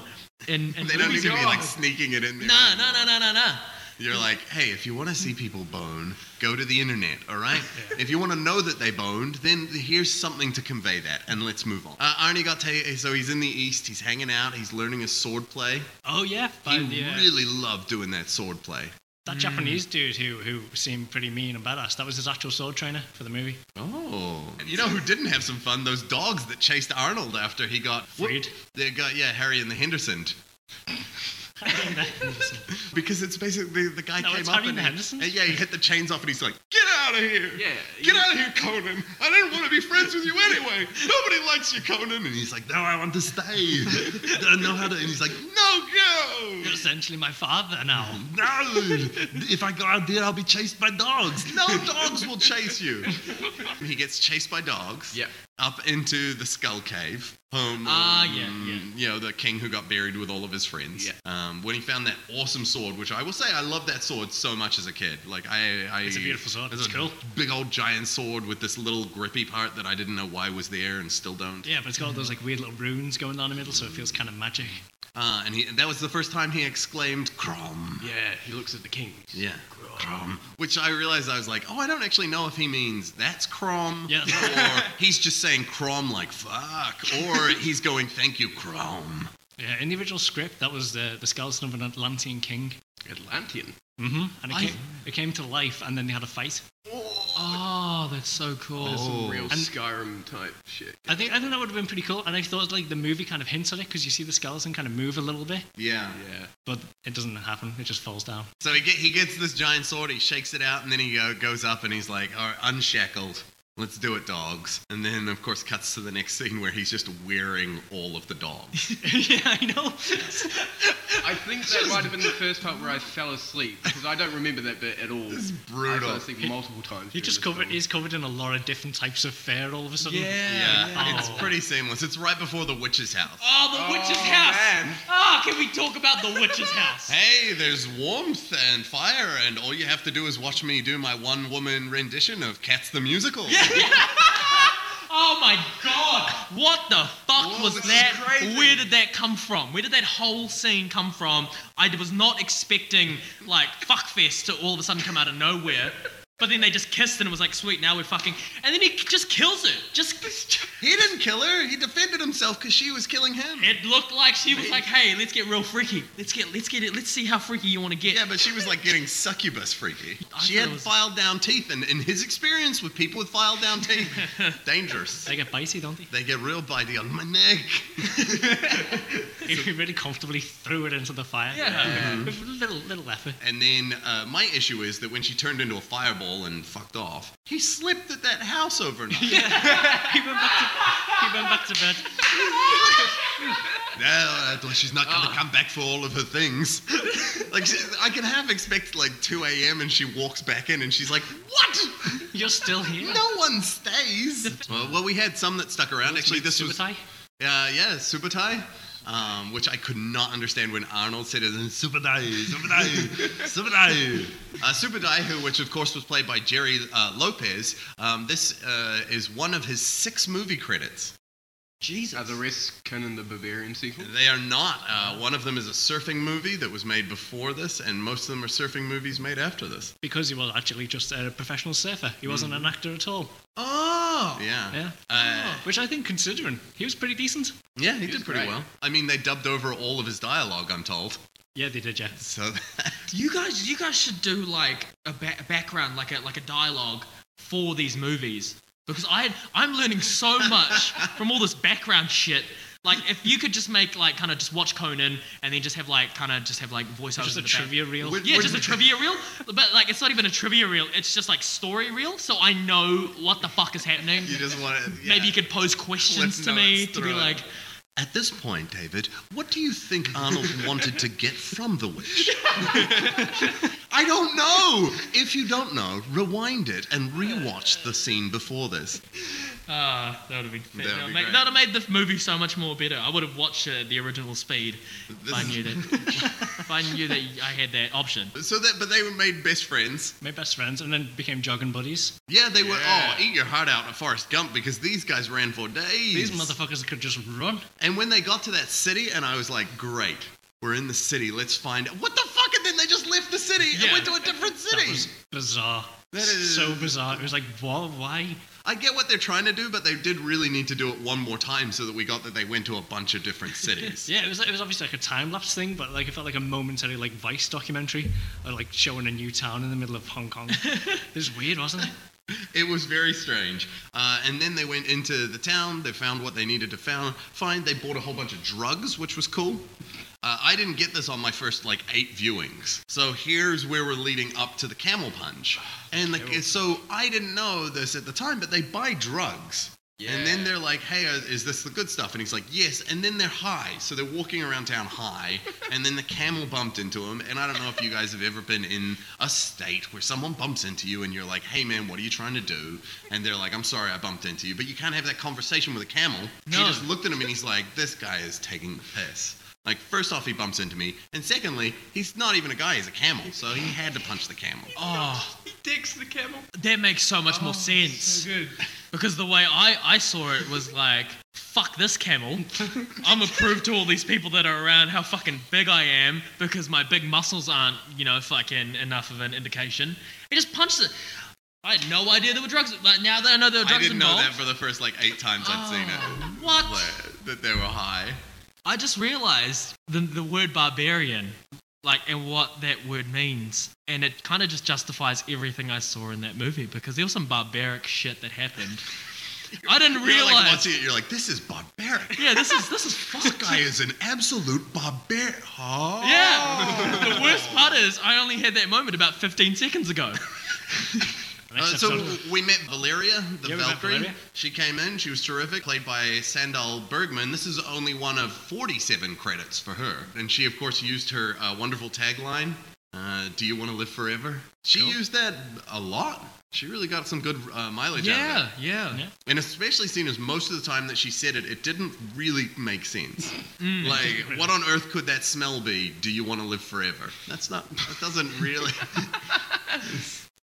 G: in. in
B: [LAUGHS] They don't need
G: movies
B: to be
G: anymore.
B: like sneaking it in there.
G: Nah, nah, nah, nah, nah, nah.
B: You're like, hey, if you want to see people bone, go to the internet, all right? If you want to know that they boned, then here's something to convey that, and let's move on. Uh, Arnie got ta- so he's in the East, he's hanging out, he's learning his sword play.
E: Oh yeah,
B: He
E: by the, uh,
B: really loved doing that sword play.
E: that Japanese dude who who seemed pretty mean and badass. That was his actual sword trainer for the movie.
B: Oh. And you know who didn't have some fun? Those dogs that chased Arnold after he got
E: Freed.
B: They got, yeah, Harry and the
E: [LAUGHS]
B: Henderson. Because it's basically the guy
E: No,
B: came
E: it's
B: up
E: Harry
B: and
E: and the
B: he-
E: Hendersons?
B: and yeah, he hit the chains off and he's like, "Get out of here!
F: Yeah,
B: get
F: he-
B: out of here, Conan! I didn't want to be friends with you anyway. Nobody likes you, Conan." And he's like, "No, I want to stay. [LAUGHS] I don't know how to." And he's like, "No, go!
E: You're essentially my father now.
B: No! If I go out there, I'll be chased by dogs. No dogs will chase you." And he gets chased by dogs.
F: Yeah.
B: Up into the skull cave. Home.
G: Ah, yeah,
B: um,
G: yeah.
B: you know, the king who got buried with all of his friends.
F: Yeah.
B: Um, when he found that awesome sword, which I will say I loved that sword so much as a kid. Like I, I
E: It's a beautiful sword.
B: It's
E: It's
B: a
E: cool.
B: big old giant sword with this little grippy part that I didn't know why was there and still don't.
E: Yeah, but it's got all those like weird little runes going down the middle, so it feels kind of magic.
B: Uh, and he, that was the first time he exclaimed Crom.
F: Yeah, he looks at the king.
B: Yeah. Crom. Which I realized I was like, oh, I don't actually know if he means that's Crom.
E: Yeah.
B: Or he's just saying Crom like fuck. Or he's going, thank you, Crom.
E: Yeah, in the original script, that was the the skeleton of an Atlantean king,
F: Atlantean.
E: mm-hmm. and it came, it came to life, and then they had a fight.
G: Oh,
E: Oh, that's so cool.
F: There's some real
B: Oh.
F: Skyrim type shit.
E: I think I think that would have been pretty cool, and I thought like the movie kind of hints at it because you see the skeleton kind of move a little bit,
B: Yeah.
F: [LAUGHS] Yeah.
E: but it doesn't happen. It just falls down. [LAUGHS]
B: So he, get, he gets this giant sword, he shakes it out, and then he uh, goes up and he's like, All right, unshackled. Let's do it, dogs. And then, of course, cuts to the next scene where he's just wearing all of the dogs.
E: yeah, I know.
F: I think that might have been the first part where I fell asleep because I don't remember that bit at all. It's I
B: brutal.
F: fell asleep multiple times.
E: he
F: during
E: just
F: this
E: covered.
F: film.
E: He's covered in a lot of different types of fare all of a sudden.
B: Yeah, it's
E: Oh.
B: pretty seamless. It's right before the witch's house.
G: Oh, the witch's house.
F: man.
G: Oh, can we talk about the witch's house?
B: Hey, there's warmth and fire, and all you have to do is watch me do my one woman rendition of Cats the Musical.
G: Oh my god! What the fuck
B: Whoa,
G: was
B: this is
G: that?
B: crazy.
G: Where did that come from? Where did that whole scene come from? I was not expecting like fuckfest to all of a sudden come out of nowhere. But then they just kissed and it was like, sweet, now we're fucking. And then he just kills her. Just
B: [LAUGHS] He didn't kill her, he defended himself because she was killing him.
G: it looked like she was like, hey, let's get real freaky. Let's get, let's get it. Let's see how freaky you want to get.
B: Yeah, but she was like getting succubus freaky.
G: I
B: She
G: thought
B: had
G: it was-
B: filed down teeth, and in his experience with people with filed down
G: [LAUGHS]
B: teeth, dangerous.
E: They get bitey, don't they?
B: They get real bitey on my neck.
E: [LAUGHS] He really comfortably threw it into the fire.
G: Yeah.
E: With little little effort.
B: And then uh, my issue is that when she turned into a fireball and fucked off, he slept at that house overnight.
E: He went back to, he went back to bed.
B: No, uh, she's not
E: Ah.
B: going to come back for all of her things. [LAUGHS] like, she, I can have expect like 2 a.m. and she walks back in and she's like, what?
E: You're still here.
B: No one stays. well, well, we had some that stuck around. Actually, this was.
E: Subotai?
B: Uh, yeah, Subotai. Um, which I could not understand when Arnold said it. Subotai, Subotai, Subotai. Uh, Subotai, who, which of course was played by Jerry uh, Lopez, um, this uh, is one of his six movie credits.
F: Are the rest Conan the Barbarian sequel?
B: They are not. Uh, one of them is a surfing movie that was made before this, and most of them are surfing movies made after this.
E: Because he was actually just a professional surfer. He wasn't an actor at all.
G: Oh!
B: Yeah.
E: Yeah. Oh.
B: Uh,
E: Which I think, considering he was pretty decent.
B: yeah, he
F: was
B: did pretty
F: great.
B: well. I mean, they dubbed over all of his dialogue, I'm told.
E: Yeah, they did. Yeah.
B: So [LAUGHS]
G: You guys, you guys should do like a, ba- a background, like a like a dialogue for these movies because I I'm learning so much
B: [LAUGHS]
G: from all this background shit. Like if you could just make like kind of just watch Conan and then just have like kind of just have like voiceovers.
E: Just a
G: in the back.
E: trivia reel.
B: Would-
G: Yeah,
B: [LAUGHS]
G: just a trivia reel, but like it's not even a trivia reel. It's just like story reel, so I know what the fuck is happening.
B: you just [LAUGHS] want to.
G: Maybe you could pose questions
B: Flip
G: to me
B: notes
G: to be
B: through it.
G: like,
B: At this point, David, what do you think [LAUGHS] Arnold wanted to get from the witch? [LAUGHS] I don't know. If you don't know, rewind it and rewatch the scene before this.
G: ah, that would have been.
B: That
G: That
B: would
G: would
B: be
G: make,
B: great.
G: that'd have made the movie so much more better. I would have watched uh, the original speed.
B: This
G: if I
B: is-
G: knew that. if I knew that I had that option.
B: [LAUGHS] So that, but they were made best friends.
E: My best friends, and then became jogging buddies.
B: Yeah, they were. Oh,
F: Yeah.
B: eat your heart out, Forrest Gump, because these guys ran for days.
E: These motherfuckers could just run.
B: And when they got to that city, and I was like, great, we're in the city. Let's find out. What the fuck? And then they just left the city
E: Yeah.
B: and went to a different
E: That
B: city.
E: was bizarre.
B: That is-
E: so bizarre. It was like, wha- Why?
B: I get what they're trying to do, but they did really need to do it one more time so that we got that they went to a bunch of different cities.
E: Yeah, it was. It was obviously like a time lapse thing, but like it felt like a momentary like Vice documentary, or like showing a new town in the middle of Hong Kong. it was weird, wasn't it?
B: It was very strange. Uh, and then they went into the town. They found what they needed to found, find. They bought a whole bunch of drugs, which was cool. Uh, I didn't get this on my first like eight viewings. So here's where we're leading up to the camel punch. And like, so I didn't know this at the time, but they buy drugs. And then they're like, hey, uh, is this the good stuff? And he's like, yes. And then they're high. So they're walking around
G: [LAUGHS]
B: town high. and then the camel bumped into him. And I don't know if you guys have ever been in a state where someone bumps into you and you're like, hey, man, what are you trying to do? And they're like, I'm sorry I bumped into you. But you can't have that conversation with a camel. He
G: No.
B: just looked at him and he's like, this guy is taking the piss. Like, first off, he bumps into me. And secondly, he's not even a guy, he's a camel. So he had to punch the camel.
G: Oh,
F: He dicks the camel.
G: that makes so much more sense.
F: Oh, So good.
G: Because the way I, I saw it was like, fuck this camel. I'm gonna prove to all these people that are around how fucking big I am because my big muscles aren't, you know, fucking enough of an indication. It just punched it. I had no idea there were drugs. Like now that I know there were
B: I
G: drugs
B: didn't know
G: involved. Oh.
B: that for the first like eight times I'd seen it.
G: What?
B: Like, that they were high.
G: I just realized the, the word barbarian like and what that word means and it kind of just justifies everything i saw in that movie because there was some barbaric shit that
B: [LAUGHS]
G: happened i didn't
B: You're like
G: realize
B: watching it, you're like, this is barbaric.
G: yeah this is this is
B: This [LAUGHS]
G: fuck
B: guy is an absolute barbarian. Huh? Oh.
G: yeah the worst part is i only had that moment about 15 seconds ago
E: The
B: Uh,
E: next
B: so
E: episode-
B: we met Valeria, the
E: Yeah, we met
B: Valkyrie.
E: Valeria.
B: She came in. She was terrific, played by Sandal Bergman. This is only one of 47 credits for her, and she, of course, used her uh, wonderful tagline, uh, "Do you want to live forever?" She used that a lot. She really got some good uh, mileage out of
G: yeah
B: it,
G: yeah
E: Yeah.
B: and especially seeing as most of the time that she said it, it didn't really make sense.
G: Mm.
B: like, what on earth could that smell be? Do you want to live forever? That's not. That
G: [LAUGHS]
B: doesn't really.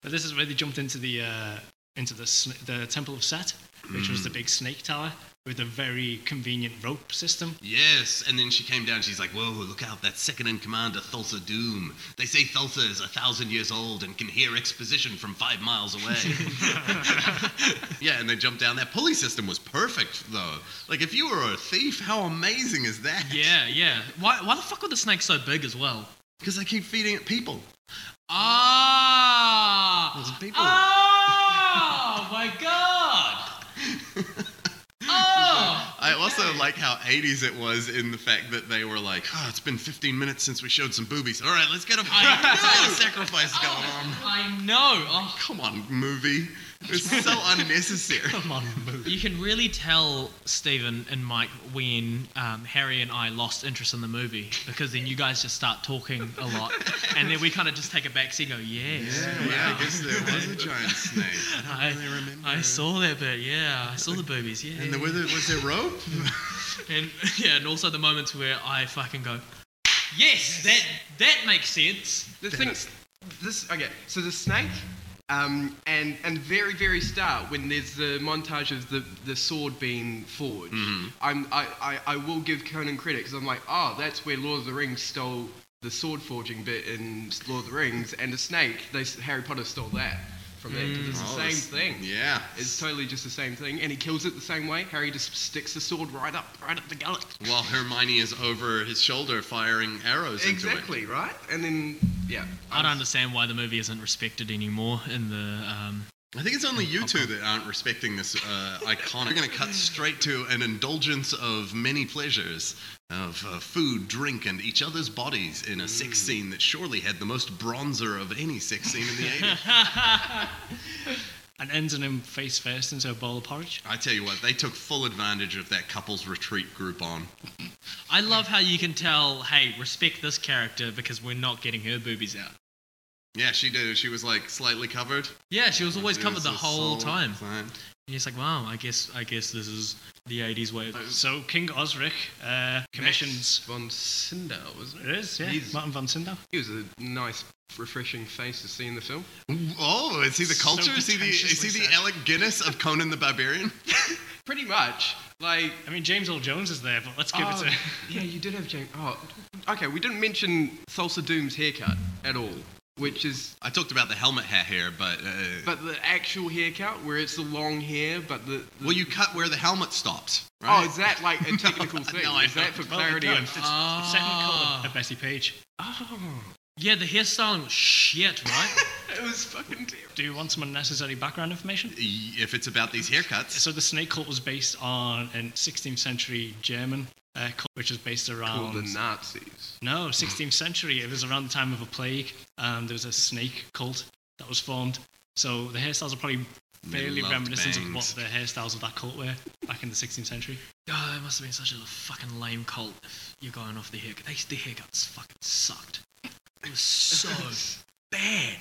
E: But this is where they jumped into the uh, into the sn- the Temple of Set, which was the big snake tower with a very convenient rope system.
B: Yes, and then she came down. She's like, "Whoa, look out! That second in command of Thulsa Doom. They say Thulsa is a thousand years old and can hear exposition from five
G: [LAUGHS]
B: miles away." yeah, and they jumped down. That pulley system was perfect, though. Like, if you were a thief, how amazing is that?
G: yeah yeah why, why the fuck were the snakes so big as well
B: because they keep feeding it people.
G: ah
B: There's people.
G: oh my god oh
B: I also like how 80s it was in the fact that they were like, "Oh, it's been 15 minutes since we showed some boobies. All right, let's get a, let's get a sacrifice going on."
G: I know. Oh,
B: Come on, movie. It's so unnecessary.
G: [COUGHS] you can really tell Stephen and Mike when um, Harry and I lost interest in the movie because then you guys just start talking a lot, and then we kind of just take a backseat and go, "Yes,
B: Yeah, I guess there was a giant snake.
G: I, I saw that bit. Yeah, I saw the boobies. Yeah,
B: And the, was, there, was there rope?
G: and [LAUGHS] yeah, and also the moments where I fucking go, "Yes, that that makes sense."
F: The thing's this okay. So the snake, um, and and very very start when there's the montage of the, the sword being forged. I'm I, I, I will give Conan credit because I'm like, oh, that's where Lord of the Rings stole the sword forging bit in Lord of the Rings, and the snake. They s- Harry Potter stole that from that 'cause it's the
B: Oh,
F: same
B: it's-
F: thing.
B: Yeah.
F: It's totally just the same thing, and he kills it the same way. Harry just sticks the sword right up, right up the gullet.
B: While Hermione is over his shoulder firing arrows into it.
F: Exactly right, and then yeah.
G: I don't understand why the movie isn't respected anymore in the. Um,
B: I think it's only you two that aren't respecting this [LAUGHS] uh, iconic. We're going to cut straight to an indulgence of many pleasures of uh, food, drink, and each other's bodies in a sex scene that surely had the most bronzer of any sex scene in the 80s. [LAUGHS]
E: And ends in him face first into a bowl of porridge.
B: I tell you what, they took full advantage of that couple's retreat group on.
G: I love how you can tell, hey, respect this character because we're not getting her boobies out.
B: Yeah, she did. She was like slightly covered.
G: Yeah, she was always
B: It
G: covered
B: was
G: the
B: a
G: whole
B: solid
G: time.
B: design.
G: And it's like, wow, I guess, I guess this is the '80s way. Of-
E: So King Osric uh, commissions.
F: Von Cinder, wasn't it?
E: It is, yeah.
F: He's-
E: Martin van Sindel.
F: He was a nice, refreshing face to see in the film.
B: Oh, is he the
E: So
B: culture? is he the is he
E: pretentiously
B: the
E: sad.
B: Alec Guinness of Conan the Barbarian?
F: Pretty much, like.
E: I mean, James Earl Jones is there, but let's give
F: Oh,
E: it to.
F: [LAUGHS] yeah, you did have James. Oh, okay. We didn't mention Salsa Doom's haircut at all, which is,
B: I talked about the helmet hat here, but, uh,
F: but the actual haircut where it's the long hair, but the. the
B: well, you cut where the helmet stops,
F: oh,
B: right?
F: is that like a technical thing?
B: [LAUGHS] no, I
F: is that for
B: know.
F: clarity?
E: no,
F: of-
E: it's, it's second
G: Ah.
E: colour of Bessie Page.
F: oh,
G: yeah, the hairstyling was shit, right?
F: [LAUGHS]
G: [LAUGHS]
F: it was fucking terrible.
E: Do you want some unnecessary background information?
B: Y- If it's about these haircuts,
E: So the snake cult was based on a 16th century German uh, cult, which was based
B: Oh,
E: around.
F: Called the Nazis.
E: No, 16th century. It was around the time of a plague. Um, there was a snake cult that was formed. So the hairstyles are probably
B: They
E: fairly
B: loved
E: reminiscent of what
B: bangs.
E: the hairstyles of that cult were back in the 16th century.
G: God, that must have been such a fucking lame cult. If you're going off the haircut, they, the haircuts fucking sucked. It was so
E: [LAUGHS]
G: bad.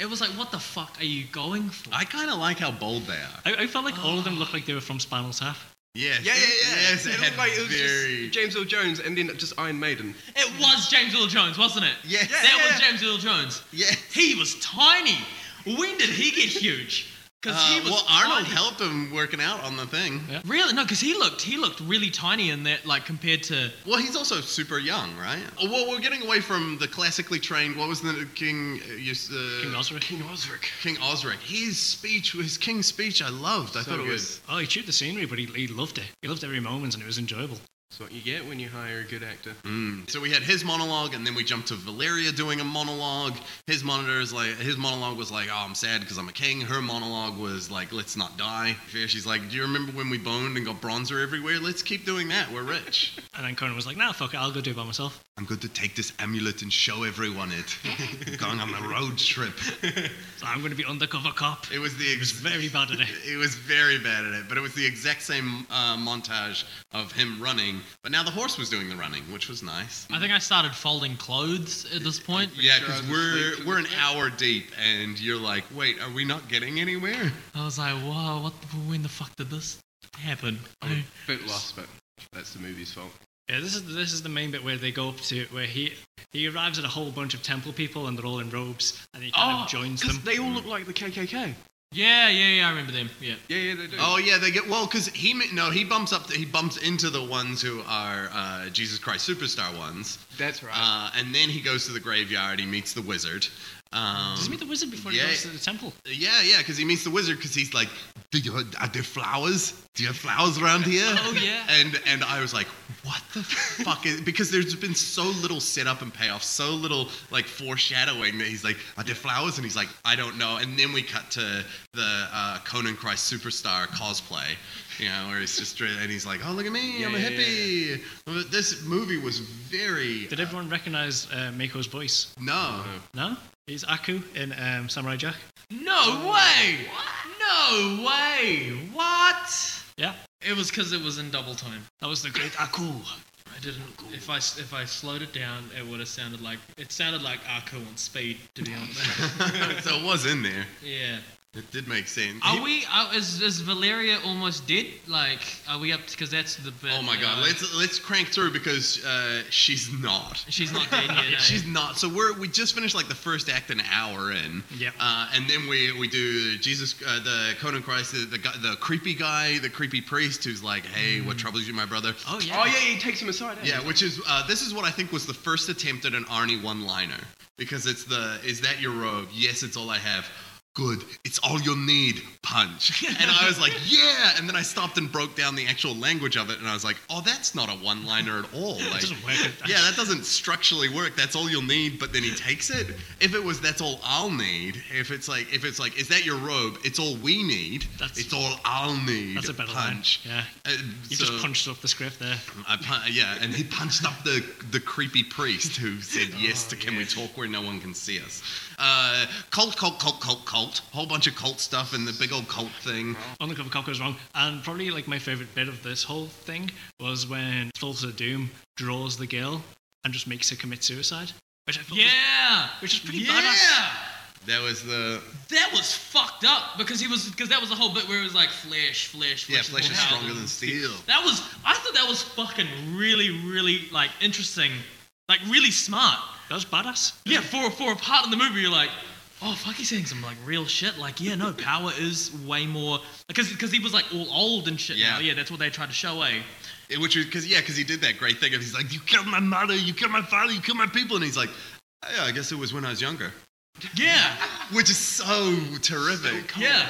G: It was like, what the fuck are you going for?
B: I kind of like how bold they are.
E: I, I felt like all of them looked like they were from Spinal Tap.
B: Yes.
F: Yeah, yeah, yeah.
B: Yes, it,
F: it
B: had
F: looked like it was
B: very.
F: just James Earl Jones and then just Iron Maiden.
G: It was James Earl Jones, wasn't it?
B: Yes. Yeah,
G: that
B: yeah,
G: was
B: yeah.
G: James Earl Jones.
B: Yeah.
G: He was tiny. When did he get huge? Because
B: Uh,
G: he was
B: well, Arnold
G: tiny.
B: helped him working out on the thing.
G: Really? No, because he looked he looked really tiny in that, like compared to
B: Well, he's also super young, right? Oh, well, we're getting away from the classically trained. What was the king? Uh, used, uh,
E: King Osric.
F: King Osric.
B: King Osric. His speech, his king's speech, I loved. I
F: So
B: thought it
F: good.
B: was.
E: Oh, he chewed the scenery, but he, he loved it. He loved every moment, and it was enjoyable.
F: It's what you get when you hire a good actor.
B: Mm. So we had his monologue, and then we jumped to Valeria doing a monologue. His monitor is like, his monologue was like, "Oh, I'm sad because I'm a king." Her monologue was like, "Let's not die." She's like, "Do you remember when we boned and got bronzer everywhere? Let's keep doing that. We're rich."
E: And then Conan was like, nah, fuck it, I'll go do it by myself.
B: [LAUGHS] I'm going to take this amulet and show everyone it. [LAUGHS] I'm going on a road trip.
E: So I'm going to be undercover cop.
B: It was the
E: He was
B: ex-
E: very bad at it.
B: it was very bad at it, but it was the exact same uh, montage of him running. But now the horse was doing the running, which was nice.
G: I think I started folding clothes at this point.
B: Yeah,
F: sure I
B: because
F: was asleep
B: we're
F: to
B: we're an
F: this.
B: hour deep, and you're like, wait, are we not getting anywhere?
G: I was like, whoa, what? When the fuck did this happen?
E: Oh.
G: I-
F: Bit lost, but that's the movie's fault.
E: Yeah, this is this is the main bit where they go up to where he he arrives at a whole bunch of temple people and they're all in robes and he kind
G: Oh,
F: Oh,
E: of joins them.
F: They all look like the KKK.
G: yeah, yeah, yeah. I remember them. Yeah.
F: Yeah, yeah, they do.
B: Oh yeah, they get well because he ma- no he bumps up he bumps into the ones who are uh, Jesus Christ superstar ones,
F: that's right.
B: uh, and then he goes to the graveyard. He meets the wizard. Um,
E: Does he meet the wizard before
B: yeah.
E: he goes to the temple?
B: yeah, yeah, because he meets the wizard because he's like, Do you, are there flowers? Do you have flowers around here?
F: [LAUGHS]
G: Oh, yeah.
B: And and I was like, what the fuck is because there's been so little setup and payoff, so little like foreshadowing that he's like, are there flowers? And he's like, I don't know. And then we cut to the uh, Conan Christ superstar cosplay, you know, where it's just and he's like, oh look at me, I'm a
F: Yeah, yeah,
B: hippie. But This movie was very
E: Did everyone recognize uh, Mako's voice?
B: no. [LAUGHS]
E: No, he's Aku in um, Samurai Jack.
G: No way! No way! What?
E: Yeah,
G: It was because it was in double time.
E: that was the great Aku.
G: I didn't. If I if I slowed it down, it would have sounded like it sounded like Arco on speed. To be
E: [LAUGHS]
G: honest,
B: so it was in there.
G: yeah.
B: It did make sense.
G: Are we? Are, is is Valeria almost dead? Like, are we up? Because that's the bit.
B: Oh my god,
G: uh,
B: let's let's crank through because uh, she's not.
G: [LAUGHS] She's not dead yet. eh?
B: She's not. So we're we just finished like the first act an hour in.
E: Yep.
B: Uh, and then we we do Jesus, uh, the Conan Christ, the, the guy- the creepy guy, the creepy priest who's like, hey, what troubles you, my brother?
G: Mm. Oh yeah.
F: oh, yeah, he takes him aside. eh?
B: Yeah, which is uh, this is what I think was the first attempt at an Arnie one-liner because it's the is that your robe? Yes, it's all I have. Good, it's all you'll need. Punch. [LAUGHS] And I was like, yeah. And then I stopped and broke down the actual language of it, and I was like, oh, that's not a one-liner at
E: [LAUGHS]
B: all. Like,
E: doesn't work.
B: yeah, that doesn't structurally work. That's all you'll need, but then he takes it. If it was that's all I'll need, if it's like if it's like is that your robe? It's all we need.
E: That's-
B: it's all I'll need.
E: That's a better
B: punch.
E: line. Yeah,
B: Uh,
E: you
B: so-
E: just punched up the script there.
B: I pun- uh, yeah, and he punched up the, the creepy priest who said Oh, yes to can we talk where no one can see us. Uh, cult, cult, cult, cult, cult. Whole bunch of cult stuff and the big old cult thing.
E: Undercover Cop goes wrong, and probably like my favorite bit of this whole thing was when Thulsa Doom draws the girl and just makes her commit suicide, which I thought was-
G: Yeah.
E: which is pretty
G: yeah.
E: badass.
B: That was the
G: That was fucked up because he was because that was the whole bit where it was like flesh, flesh, flesh.
B: yeah, flesh is
G: more
B: stronger
G: powerful.
B: than steel.
G: That was I thought that was fucking really, really like interesting, like really smart.
E: That was badass.
G: Yeah, for for a part in the movie, you're like, oh fuck, he's saying some like real shit. Like, yeah, no, power is way more because because he was like all old and shit.
B: Yeah.
G: Yeah, now. yeah, that's what they tried to show. Eh?
B: It- Which was because yeah, because he did that great thing of he's like, you killed my mother, you killed my father, you killed my people, and he's like, yeah, I guess it was when I was younger,
G: Yeah,
B: which is so terrific.
G: yeah.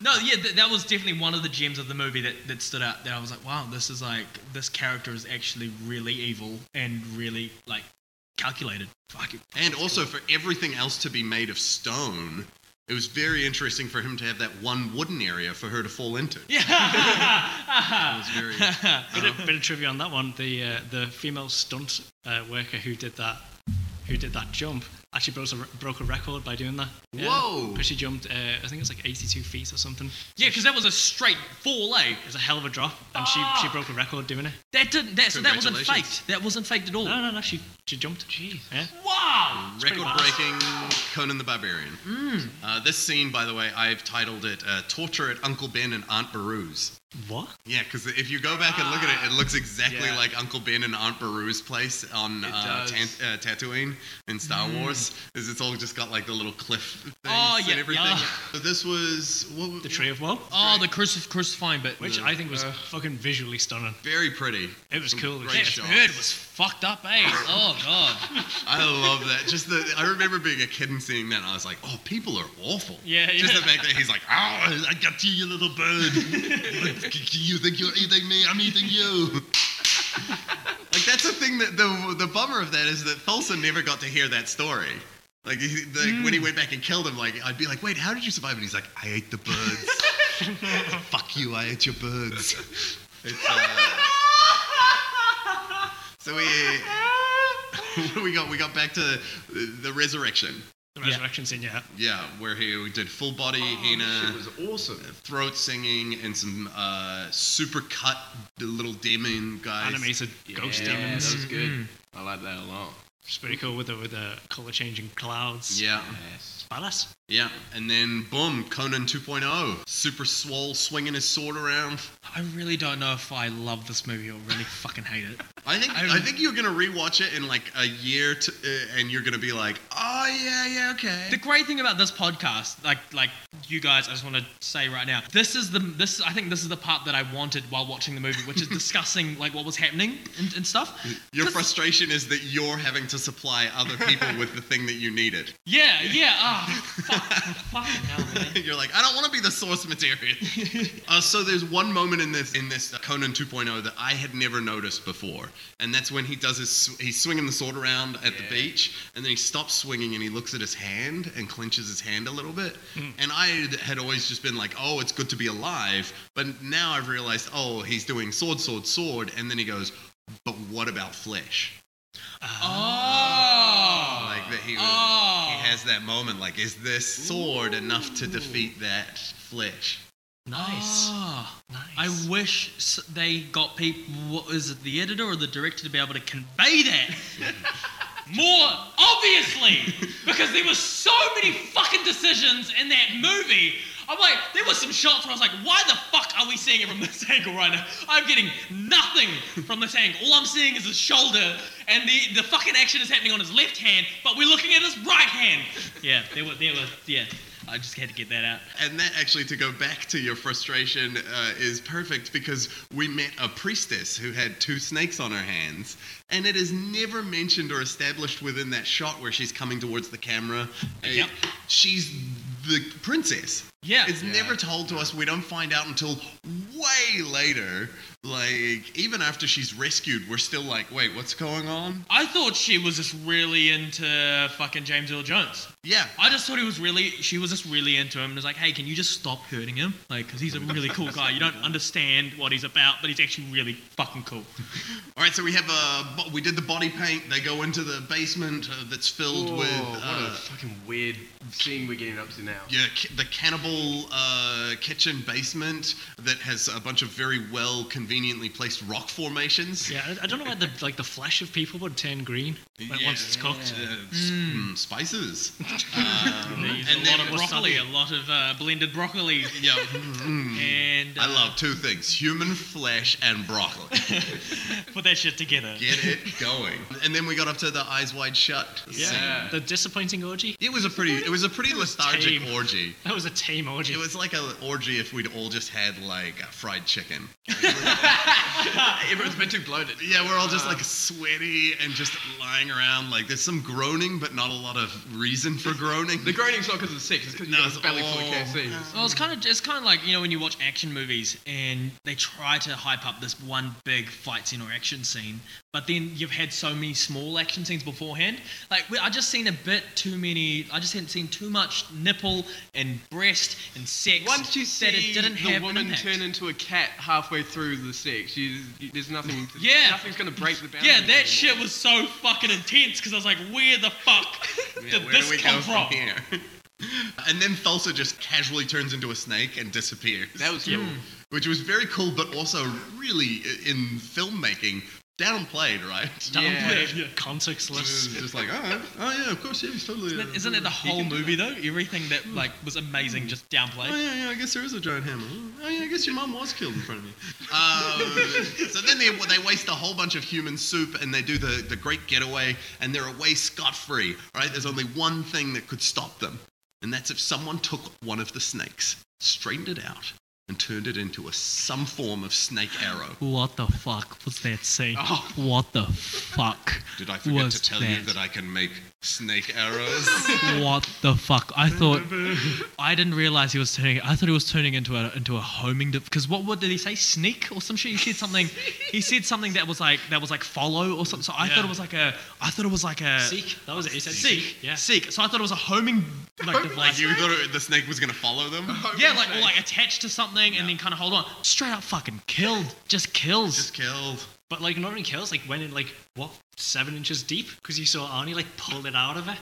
G: No, yeah, th- that was definitely one of the gems of the movie that, that stood out. That I was like, wow, this is like this character is actually really evil and really like calculated. Fuck it.
B: And also for everything else to be made of stone, it was very interesting for him to have that one wooden area for her to fall into.
G: Yeah.
B: [LAUGHS] It was very.
E: Bit of, bit of trivia on that one: the uh, the female stunt uh, worker who did that, who did that jump, actually broke a, broke a record by doing that.
B: Whoa.
E: Because she jumped, uh, I think it's like 82 feet or something.
G: Yeah, because that was a straight fall, eh?
E: It was a hell of a drop, and she she broke a record doing it.
G: That didn't. That, so that wasn't
B: Congratulations.
G: faked. That wasn't faked at all.
E: No, no, no, she she jumped. Jeez. Yeah.
G: Wow.
E: pretty
B: Record breaking Conan the Barbarian. Uh, this scene, by the way, I've titled it uh, Torture at Uncle Ben and Aunt Baru's.
E: What?
B: Yeah, because if you go back and look at it, it looks exactly
F: Yeah.
B: like Uncle Ben and Aunt Baru's place on uh,
F: does.
B: Tan uh, Tatooine in Star Wars. Is it's all just got like the little cliff things
G: Oh, yeah,
B: and everything.
G: yeah.
B: So this was what,
E: The Tree of Woe,
G: Oh, the crucif- crucifying bit.
E: which I think was fucking visually stunning.
B: very pretty.
E: It was
B: Some
E: cool.
B: Great
E: Yeah,
G: that
B: shots.
G: bird was fucked up,
E: [LAUGHS]
G: eh? Oh god.
B: I love that. Just the I remember being a kid and seeing that, and I was like, "Oh, people are awful."
E: Yeah,
B: Just
E: yeah.
B: the fact that he's like, "Oh, I [LAUGHS] got you, you little bird. you think you're eating me? I'm eating you." Like that's the thing that the the bummer of that is that Thulsa never got to hear that story. Like, he, like when
E: Mm.
B: he went back and killed him, like I'd be like, wait, how did you survive? And he's like, I ate the
E: [LAUGHS]
B: birds. Fuck you, I ate your birds. It's, uh, so we [LAUGHS] we got we got back to the, the resurrection.
E: The resurrection scene, yeah.
B: Yeah, where he did full body Hina
F: It was awesome.
B: throat singing and some uh, super cut little demon guys.
E: Animated ghost
F: yeah,
E: demons.
F: that was good.
G: Mm-hmm.
F: I like that a lot.
E: It's pretty cool with the, with the color changing clouds.
B: Yeah,
F: Yes.
E: Badass.
B: yeah. And then boom, Conan 2.0. Super swole swinging his sword around.
G: I really don't know if I love this movie or really fucking hate it.
B: I think I, think you're gonna rewatch it in like a year, to, uh, and you're gonna be like, oh yeah, yeah, okay.
G: The great thing about this podcast, like like you guys, I just want to say right now, this is the this I think this is the part that I wanted while watching the movie, which is discussing like what was happening and, and stuff.
B: your frustration is that you're having to supply other people with the thing that you needed.
G: Yeah, yeah. Ah, fuck, [LAUGHS] fucking hell, man.
B: [LAUGHS] You're like, I don't want to be the source material. uh, so there's one moment in this in this uh, Conan 2.0 that I had never noticed before, and that's when he does his sw- he's swinging the sword around at the beach, and then he stops swinging and he looks at his hand and clenches his hand a little bit. And I had- had always just been like, oh, it's good to be alive, but now I've realized, oh, he's doing sword, sword, sword, and then he goes, but what about flesh?
G: Oh.
B: Like that he was,
G: Oh.
B: he has that moment like, is this sword enough to defeat that flesh?
E: Nice.
G: Ah. I
E: nice.
G: wish s- they got people. What is it, the editor or the director to be able to convey that more obviously? Because there were so many fucking decisions in that movie. I'm like, there were some shots where I was like, why the fuck are we seeing it from this [LAUGHS] angle right now? I'm getting nothing from this angle. All I'm seeing is his shoulder, and the, the fucking action is happening on his left hand, but we're looking at his right hand. Yeah, there were, there were, yeah. I just had to get that out.
B: And that actually, to go back to your frustration, uh, is perfect because we met a priestess who had two snakes on her hands, and it is never mentioned or established within that shot where she's coming towards the camera.
G: Yep.
B: Uh, She's the princess.
G: Yeah.
B: It's never told to us. We don't find out until way later. Like, even after she's rescued, we're still like, wait, what's going on?
G: I thought she was just really into fucking James Earl Jones.
B: Yeah.
G: I just thought he was really, she was just really into him and was like, hey, can you just stop hurting him? Like, because he's a really cool guy. You don't understand what he's about, but he's actually really fucking cool.
B: All right, so we have a bo- we did the body paint. They go into the basement uh, that's filled with
F: Whoa, what
B: uh,
F: a fucking weird scene we're getting up to now.
B: Yeah, ki- the cannibal uh, kitchen basement that has a bunch of very well conveniently placed rock formations.
E: Yeah, I- I don't know why the like the flesh of people would turn green like, once it's cooked.
B: Uh, s- mm, spices. Um,
G: There's
B: and
G: a
B: then
G: lot of broccoli, a lot of uh, blended broccoli.
B: Yeah, mm,
G: And uh,
B: I love two things: human flesh and broccoli.
G: put that shit together.
B: Get it going. And then we got up to the eyes wide shut.
E: Yeah. The disappointing orgy?
B: It was a pretty. It was a pretty lethargic
E: tame.
B: orgy.
E: That was a tame orgy.
B: It was like an orgy if we'd all just had like fried chicken.
F: Everyone's been too bloated.
B: Yeah, we're all just like sweaty and just lying around. Like there's some groaning, but not a lot of reason for groaning.
F: The groaning's not because of sick, it's because
B: No,
F: you got
B: it's
F: a belly full of
B: all-
F: caffeine.
G: Well, it's kind of it's kind of like you know when you watch action movies and they try to hype up this one big fight scene or action scene, but then you've had so many small action scenes beforehand. Like we- I just seen a bit too many. I just hadn't seen too much nipple and breast and sex.
F: Once you see
G: that it didn't
F: the
G: have an
F: woman
G: impact.
F: turn into a cat halfway through the sex, you, you- there's nothing.
G: Yeah.
F: nothing's gonna break the boundary.
G: yeah, that shit was so fucking intense because I was like, where the fuck did
B: [LAUGHS] where do
G: this
B: we
G: come
B: go
G: from?
B: here? [LAUGHS] and then Thulsa just casually turns into a snake and disappears. Hmm.
F: That was cool.
B: which was very cool, but also really i- in filmmaking downplayed, right?
E: downplayed,
F: Yeah.
B: It was
E: contextless.
B: [LAUGHS] just like, oh, oh yeah, of course, yeah, he's totally. uh,
G: Isn't it the
B: he
G: whole
B: can do
G: movie
B: that.
G: though? Everything that like was amazing just downplayed.
B: Oh yeah, yeah. I guess there is a giant hammer. Oh yeah, I guess your mom was killed in front of me. Um, so then they they waste a whole bunch of human soup and they do the the great getaway and they're away scot free. Right? There's only one thing that could stop them, and that's if someone took one of the snakes, straightened it out, and turned it into a some form of snake arrow.
G: What the fuck was that saying?
B: Oh.
G: What the fuck?
B: Did I forget
G: was
B: to tell you that I can make snake arrows?
G: What the fuck? I
E: [LAUGHS]
G: thought I didn't realize he was turning. I thought he was turning into a into a homing. Because what, what did he say? Sneak or some shit? He said something. He said something that was like that was like follow or something. So I thought it was like a. I thought it was like a
E: Seek. That was it. He said
G: Seek.
E: Yeah.
G: Seek. So I thought it was a homing like
B: [LAUGHS] like Oh,
G: device.
B: you thought it- the snake was gonna follow them?
G: yeah, like or like attached to something and then kind of hold on. Straight up fucking killed. Just kills.
B: Just killed.
E: But like not only kills, like went in like what seven inches deep because you saw Arnie like pull it out of it.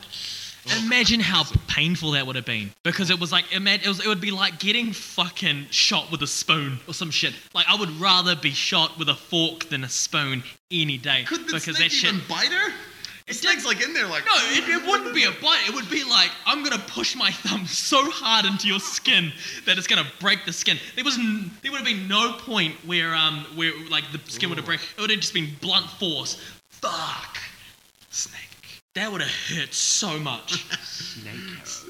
G: Imagine how painful that would have been because it was like ima- it, was, it would be like getting fucking shot with a spoon or some shit. Like I would rather be shot with a fork than a spoon any day
B: Could the
G: because that
B: snake
G: shit.
B: even bite her? The snake's like in there like
G: No, it, it wouldn't be a bite. It would be like I'm gonna push my thumb so hard into your skin that it's gonna break the skin. There was n- there would have been no point where um where like the skin would have break. It would have just been blunt force. Fuck.
B: snake.
G: That would have hurt so much.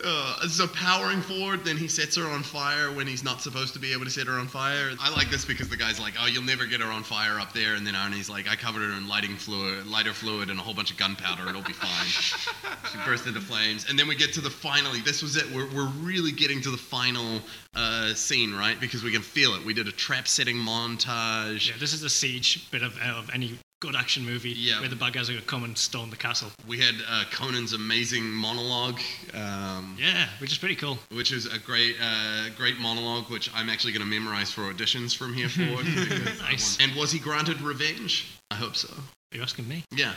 B: Uh, so powering forward, then he sets her on fire when he's not supposed to be able to set her on fire. I like this because the guy's like, "Oh, you'll never get her on fire up there," and then Arnie's like, "I covered her in lighting fluid, lighter fluid, and a whole bunch of gunpowder. It'll be fine."
G: [LAUGHS]
B: she burst into flames, and then we get to the finally. This was it. We're we're really getting to the final uh, scene, right? Because we can feel it. We did a trap setting montage.
E: Yeah, this is a siege bit of, of any good action movie
B: Yeah.
E: where the bad guys are gonna come and storm the castle.
B: We had uh, Conan's amazing monologue. Um,
E: Yeah, which is pretty cool.
B: which is a great, uh, great monologue, which I'm actually going to memorize for auditions from [LAUGHS] here forward. because I
E: Nice.
B: want- And was he granted revenge? I hope so.
E: Are you asking me?
B: Yeah,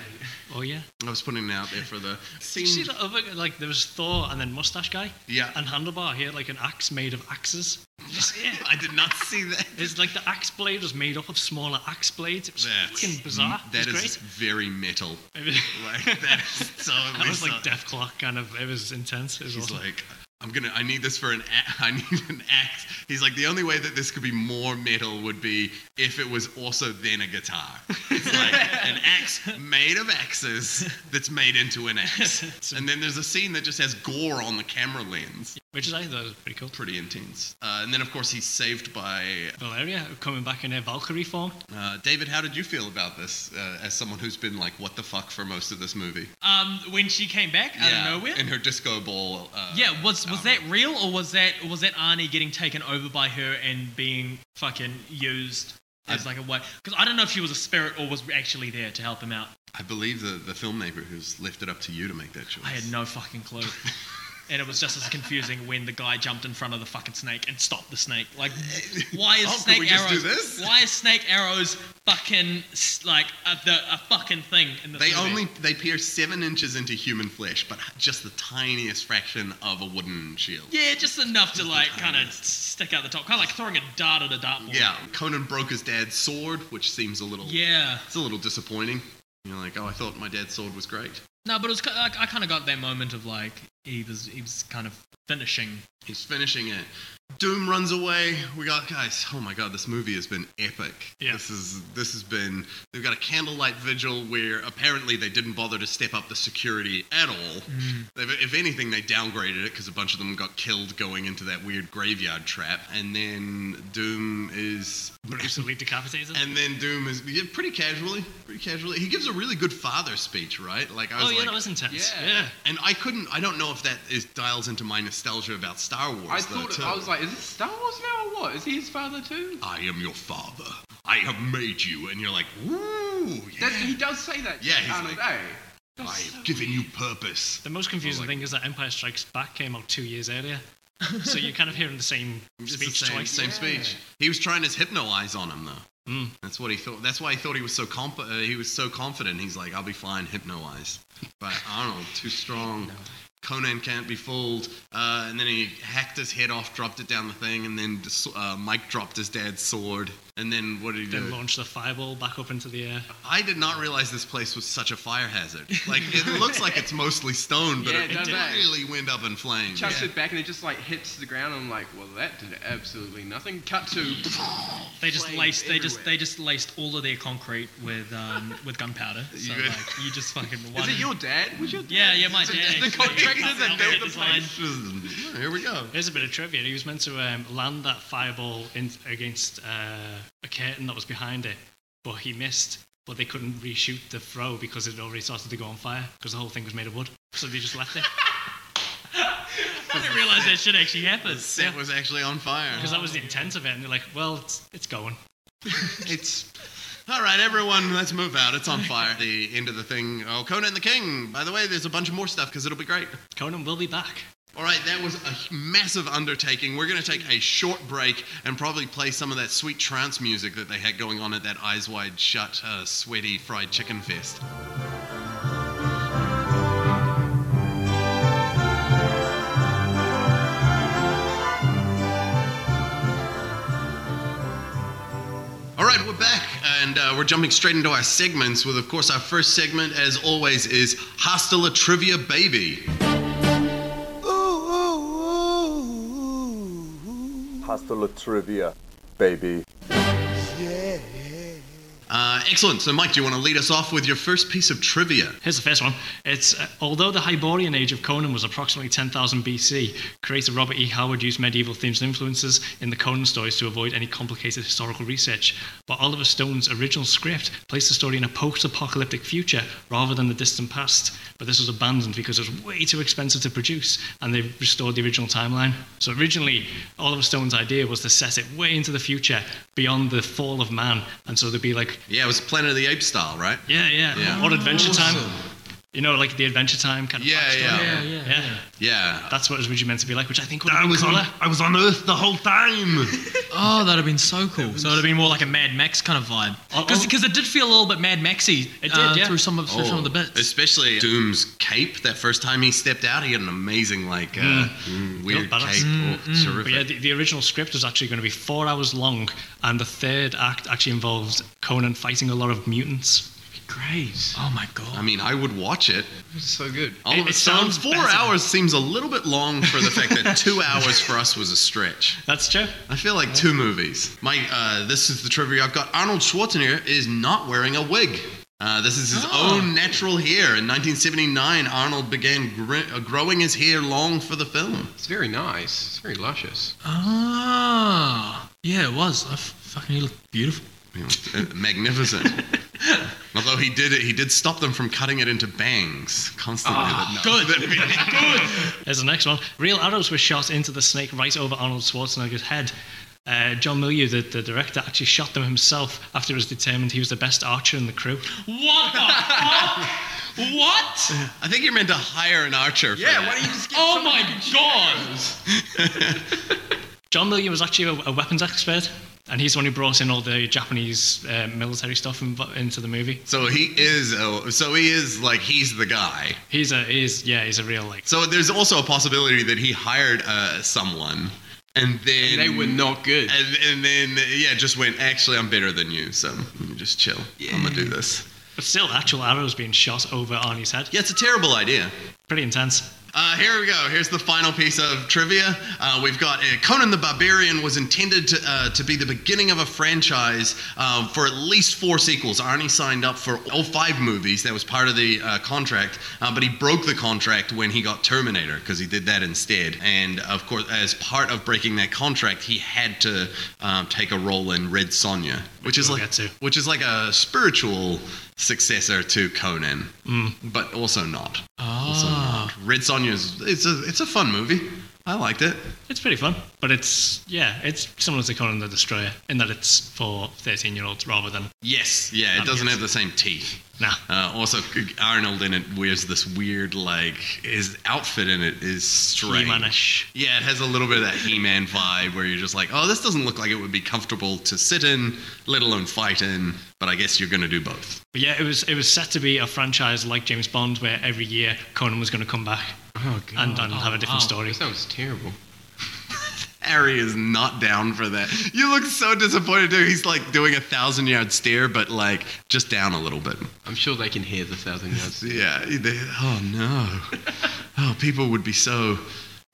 E: Oh yeah.
B: I was putting it out there for the
E: Did you see that other like there was Thor and then mustache guy
B: Yeah,
E: and handlebar. He had like an axe made of axes. Did you see it?
B: [LAUGHS] I did not see that.
E: It's like the axe blade was made up of smaller axe blades. It was
B: That's-
E: fucking bizarre.
B: That
E: it was
B: is very metal.
E: great.
B: [LAUGHS] Like that is so.
E: that was like
B: bizarre.
E: Death Clock kind of. It was intense. It was
B: He's
E: awesome.
B: like, I'm gonna. I need this for an. A- [LAUGHS] I need an axe. He's like, the only way that this could be more metal would be if it was also then a guitar. It's like
G: [LAUGHS]
B: an axe made of axes that's made into
G: [LAUGHS]
B: an axe. And then there's a scene that just has gore on the camera lens.
E: which is I thought was pretty cool.
B: Pretty intense. Uh, and then of course he's saved by
E: Valeria coming back in her Valkyrie form.
B: uh, David. How did you feel about this uh, as someone who's been like, what the fuck for most of this movie?
G: Um, when she came back out of nowhere.
B: In her disco ball. Uh,
G: Yeah, was was
B: outfit.
G: that real or was that was that Arnie getting taken over by her and being fucking used as like a way? Because I don't know if she was a spirit or was actually there to help him out.
B: I believe the the filmmaker who's left it up to you to make that choice.
G: I had no fucking clue.
B: [LAUGHS]
G: And it was just as confusing when the guy jumped in front of the fucking snake and stopped the snake. Like, why is
B: Oh, could
G: snake
B: we just do
G: arrows?
B: this?
G: Why is snake arrows fucking s- like a, the, a fucking thing in the
B: They only they pierce seven inches into human flesh, but just the tiniest fraction of a wooden shield.
G: yeah, just enough to like kind of stick out the top, kind of like throwing a dart at a dartboard.
B: Yeah, Conan broke his dad's sword, which seems a little
G: yeah.
B: it's a little disappointing. You're like, oh, I thought my dad's sword was great.
G: No, but it was. ki- I, I kind of got that moment of like he was he was kind of finishing.
B: He's finishing it. Doom runs away. We got guys. Oh my god, this movie has been epic.
E: Yeah.
B: This is this has been. They've got a candlelight vigil where apparently they didn't bother to step up the security at all.
E: Mm.
B: They've, if anything, they downgraded it because a bunch of them got killed going into that weird graveyard trap. And then Doom is.
E: Absolutely decapitated.
B: And then Doom is yeah, pretty casually, pretty casually. He gives a really good father speech, right? Like I
E: oh
B: was
E: yeah,
B: like, eh.
E: that was intense.
F: Yeah.
E: yeah.
B: and I couldn't. I don't know if that is dials into my nostalgia about Star Wars.
F: I
B: though,
F: thought
B: too.
F: I was like, is this Star Wars now or what? Is he his father too?
B: I am your father. I have made you. And you're like, woo, yeah.
F: That, he does say that.
B: Yeah, he's
F: Arnold,
B: like-
F: eh?
B: I have given you purpose.
E: The most confusing
B: like-
E: thing is that Empire Strikes Back came out two years earlier, so you're kind of hearing the same
B: It's the
E: speech
B: same,
E: twice.
B: same speech. He was trying his hypno eyes on him, though.
E: Mm.
B: That's what he thought. That's why he thought he was so comp- uh, he was so confident. He's like, I'll be fine, hypno eyes. But Arnold, too strong. Conan can't be fooled. Uh, and then he hacked his head off, dropped it down the thing, and then dis- uh, Mike dropped his dad's sword. And then what did he
E: Then
B: do?
E: launch the fireball back up into the air.
B: I did not realize this place was such a fire hazard. Like
F: [LAUGHS]
B: it looks like it's mostly stone, but
F: Yeah,
B: it,
F: it does that.
B: really went up in flames.
F: Chucks it back and it just like hits the ground. I'm like, well, that did absolutely nothing. Cut to.
H: They just
F: Flames
H: laced. They just
F: everywhere.
H: they just laced all of their concrete with um, with
E: [LAUGHS]
H: gunpowder. So
B: You-
H: like you just fucking one.
F: Is it your dad? Was your dad?
H: Yeah, yeah, my dad.
B: The
H: actually.
B: contractor that
H: Outfit
B: built the
H: design.
B: place. was- oh, Here we go.
F: [LAUGHS]
E: Here's a bit of trivia. He was meant to um, land that fireball in, against uh, a curtain that was behind it, but he missed. But they couldn't reshoot the throw because it had already started to go on fire because the whole thing was made of wood. So they just left it
H: I didn't realize that shit actually happened.
B: Set was actually on fire.
E: because that was the intent of it. And they're like, well, it's, it's going.
B: It's all right, everyone. Let's move out. It's on fire. The end of the thing. Oh, Conan the King. By the way, there's a bunch of more stuff because it'll be great.
E: Conan will be back.
B: All right, that was a massive undertaking. We're going to take a short break and probably play some of that sweet trance music that they had going on at that eyes wide shut, uh, sweaty fried chicken fest. All right, we're back, and uh, we're jumping straight into our segments with, of course, our first segment, as always, is Hasta La Trivia Baby.
D: Hasta la trivia, baby.
B: Uh, excellent. So, Mike, do you want to lead us off with your first piece of trivia?
E: Here's the first one. It's uh, although the Hyborian age of Conan was approximately 10,000 BC, creator Robert E. Howard used medieval themes and influences in the Conan stories to avoid any complicated historical research. But Oliver Stone's original script placed the story in a post-apocalyptic future rather than the distant past. But this was abandoned because it was way too expensive to produce, and they restored the original timeline. So originally, Oliver Stone's idea was to set it way into the future, beyond the fall of man, and so there'd be like
B: Yeah, it was Planet of the Apes style, right?
E: yeah, yeah.
B: Yeah.
E: Or Adventure Time.
B: Awesome.
E: You know, like the Adventure Time kind of
B: Yeah,
E: backstory.
H: Yeah,
B: yeah.
H: yeah,
E: Yeah.
B: Yeah.
E: That's what it was originally meant to be like, which I think would have been
B: on,
E: cooler.
B: I was on Earth the whole time.
H: Oh, that'd have been so cool. So it'd have been more like a Mad Max kind of vibe.
E: oh.
H: Because it did feel a little bit Mad Maxy. uh,
E: It did, yeah.
H: Through some of through some of the bits.
B: Especially Doom's cape. That first time he stepped out, he had an amazing, like, uh, mm, weird
E: Built balance.
B: cape. Oh, terrific.
E: But yeah, the, the original script was actually going to be four hours long, and the third act actually involved Conan fighting a lot of mutants.
F: Great.
H: Oh my god.
B: I mean, I would watch it.
F: It's so good.
B: All of
E: it
B: a sudden,
E: sounds
B: four
E: better.
B: hours seems a little bit long for the fact that [LAUGHS] two hours for us was a stretch.
E: That's true.
B: I feel like two movies. Mike, uh, this is the trivia I've got. Arnold Schwarzenegger is not wearing a wig. Uh, this is his own natural hair. In 1979, Arnold began gr- uh, growing his hair long for the film.
F: It's very nice. It's very luscious.
H: Ah. Yeah, it was. I f- fucking he looked beautiful.
B: You know, uh, magnificent. Although he did it, he did stop them from cutting it into bangs constantly. but no.
E: Here's the next one. Real arrows were shot into the snake right over Arnold Schwarzenegger's head. Uh, John Milieu, the, the director, actually shot them himself after it was determined he was the best archer in the crew.
H: What the fuck? What?
B: I think you're meant to hire an archer. For that.
F: do you just get
H: Oh my god.
E: John Milligan was actually a, a weapons expert, and he's the one who brought in all the Japanese uh, military stuff in, into the movie.
B: So he is. Uh, so he is like he's the guy.
E: He's a he's yeah he's a real like
B: So there's also a possibility that he hired uh, someone, and then
F: They were not good.
B: and, and then yeah, just went. Actually, I'm better than you, so let me just chill. I'm gonna do this.
E: but still actual arrows being shot over Arnie's head.
B: Yeah, it's a terrible idea.
E: Pretty intense.
B: Uh, here we go. Here's the final piece of trivia. Uh, we've got uh, Conan the Barbarian was intended to, uh, to be the beginning of a franchise um, for at least four sequels. Arnie signed up for all five movies. That was part of the uh, contract, uh, but he broke the contract when he got Terminator because he did that instead. And of course, as part of breaking that contract, he had to um, take a role in Red Sonja, which is
E: we'll
B: like
E: get to.
B: which is like a spiritual successor to Conan,
E: Mm.
B: but also not. Also not. Ah, Red Sonja's it's a it's a fun movie. I liked it.
E: It's pretty fun, but it's yeah it's similar to Conan the Destroyer in that it's for thirteen year olds rather than
B: Yes. Yeah, it
E: Um,
B: doesn't
E: yes.
B: have the same teeth.
E: nah.
B: Uh, also, Arnold in it wears this weird, like, his outfit in it is strange.
E: He-Man-ish.
B: Yeah, it has a little bit of that He-Man vibe where you're just like, oh, this doesn't look like it would be comfortable to sit in, let alone fight in. But I guess you're going to do both.
E: But yeah, it was it was set to be a franchise like James Bond, where every year Conan was going to come back
F: Oh god.
E: and, and have a different
H: wow.
E: story.
F: That sounds terrible.
B: Harry is not down for that. You look so disappointed, dude. He's like doing a thousand yard stare, but like just down a little bit.
F: I'm sure they can hear the thousand yards.
B: Yeah. They, oh no. Oh, people would be so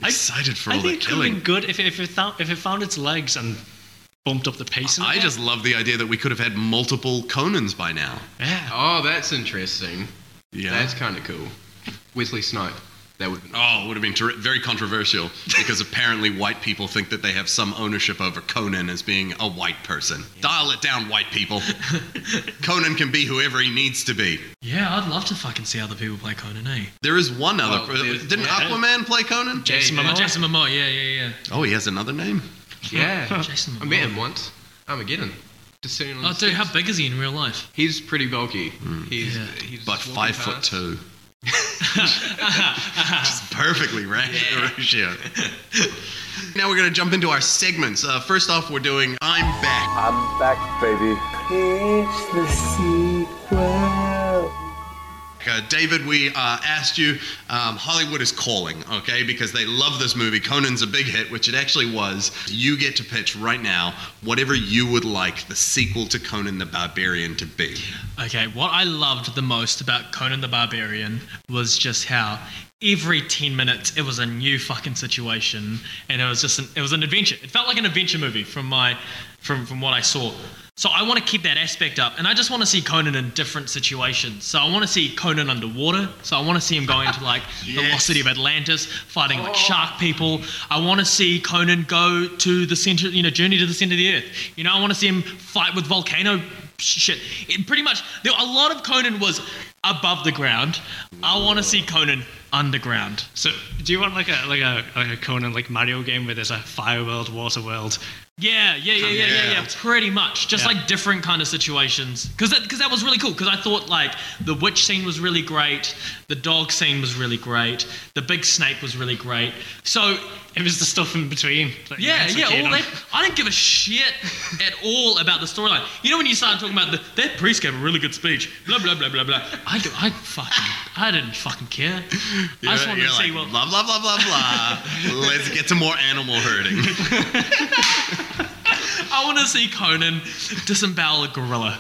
B: excited for
E: I
B: all that
E: think it would have
B: killing.
E: been good if it, if, it found, if it found its legs and bumped up the pace. in a
B: I
E: bit.
B: just love the idea that we could have had multiple Conans by now.
E: yeah.
F: Oh, that's interesting.
B: Yeah.
F: That's kind of cool. Wesley Snipe. That would. Be
B: Oh, it would have been terri very controversial because apparently white people think that they have some ownership over Conan as being a white person. Dial it down, white people. Conan can be whoever he needs to be.
G: Yeah, I'd love to fucking see other people play Conan, eh?
B: There is one other.
F: Well, there's-
B: didn't
F: yeah.
B: Aquaman play Conan?
F: Jason
G: Oh,
F: Momoa.
G: Jason Momoa, yeah, yeah,
B: Oh, he has another name.
F: [LAUGHS] Yeah.
G: yeah. Jason
F: I met
G: Momoa.
F: him once. Armageddon. Just sitting on
G: Oh,
F: the
G: dude, how
F: steps.
G: big is he in real life?
F: He's pretty bulky. He's,
G: Yeah.
F: he's
B: But
F: just walking
B: five foot
F: past.
B: two. [LAUGHS] Just perfectly right ratio. [LAUGHS] now we're going to jump into our segments. Uh, first off, we're doing I'm Back.
D: I'm back, baby.
B: Uh, David, we uh, asked you. Um, Hollywood is calling, okay? Because they love this movie. Conan's a big hit, which it actually was. You get to pitch right now whatever you would like the sequel to Conan the Barbarian to be.
G: Okay, what I loved the most about Conan the Barbarian was just how every 10 minutes it was a new fucking situation and it was just an, it was an adventure. It felt like an adventure movie from my from from what I saw. So I want to keep that aspect up and I just want to see Conan in different situations. So I want to see Conan underwater. So I want to see him going to like the lost city of Atlantis fighting like shark people. I want to see Conan go to the center, you know, journey to the center of the earth. You know, I want to see him fight with volcano shit. It pretty much there, a lot of Conan was above the ground. I want to see Conan underground.
E: So, do you want like a like a like a Conan like Mario game where there's a fire world, water world?
G: Yeah, yeah, yeah, yeah, yeah, yeah.
B: Underground.
G: Pretty much, just
E: Yeah.
G: like different kind of situations. Because that, cause that was really cool. Because I thought like the witch scene was really great, the dog scene was really great, the big snake was really great. So
E: It was the stuff in between. that you
G: Yeah,
E: weren't so
G: yeah,
E: keen
G: all
E: on.
G: that. I didn't give a shit at all about the storyline. You know when you started talking about the, that priest gave a really good speech, blah blah blah blah blah. I, go- I fucking, I didn't fucking care. I just
B: You're-
G: wanted
B: you're
G: to see
B: like,
G: what.
B: blah blah blah blah blah.
G: [LAUGHS]
B: Let's get to more animal herding.
G: I want to see Conan disembowel a gorilla.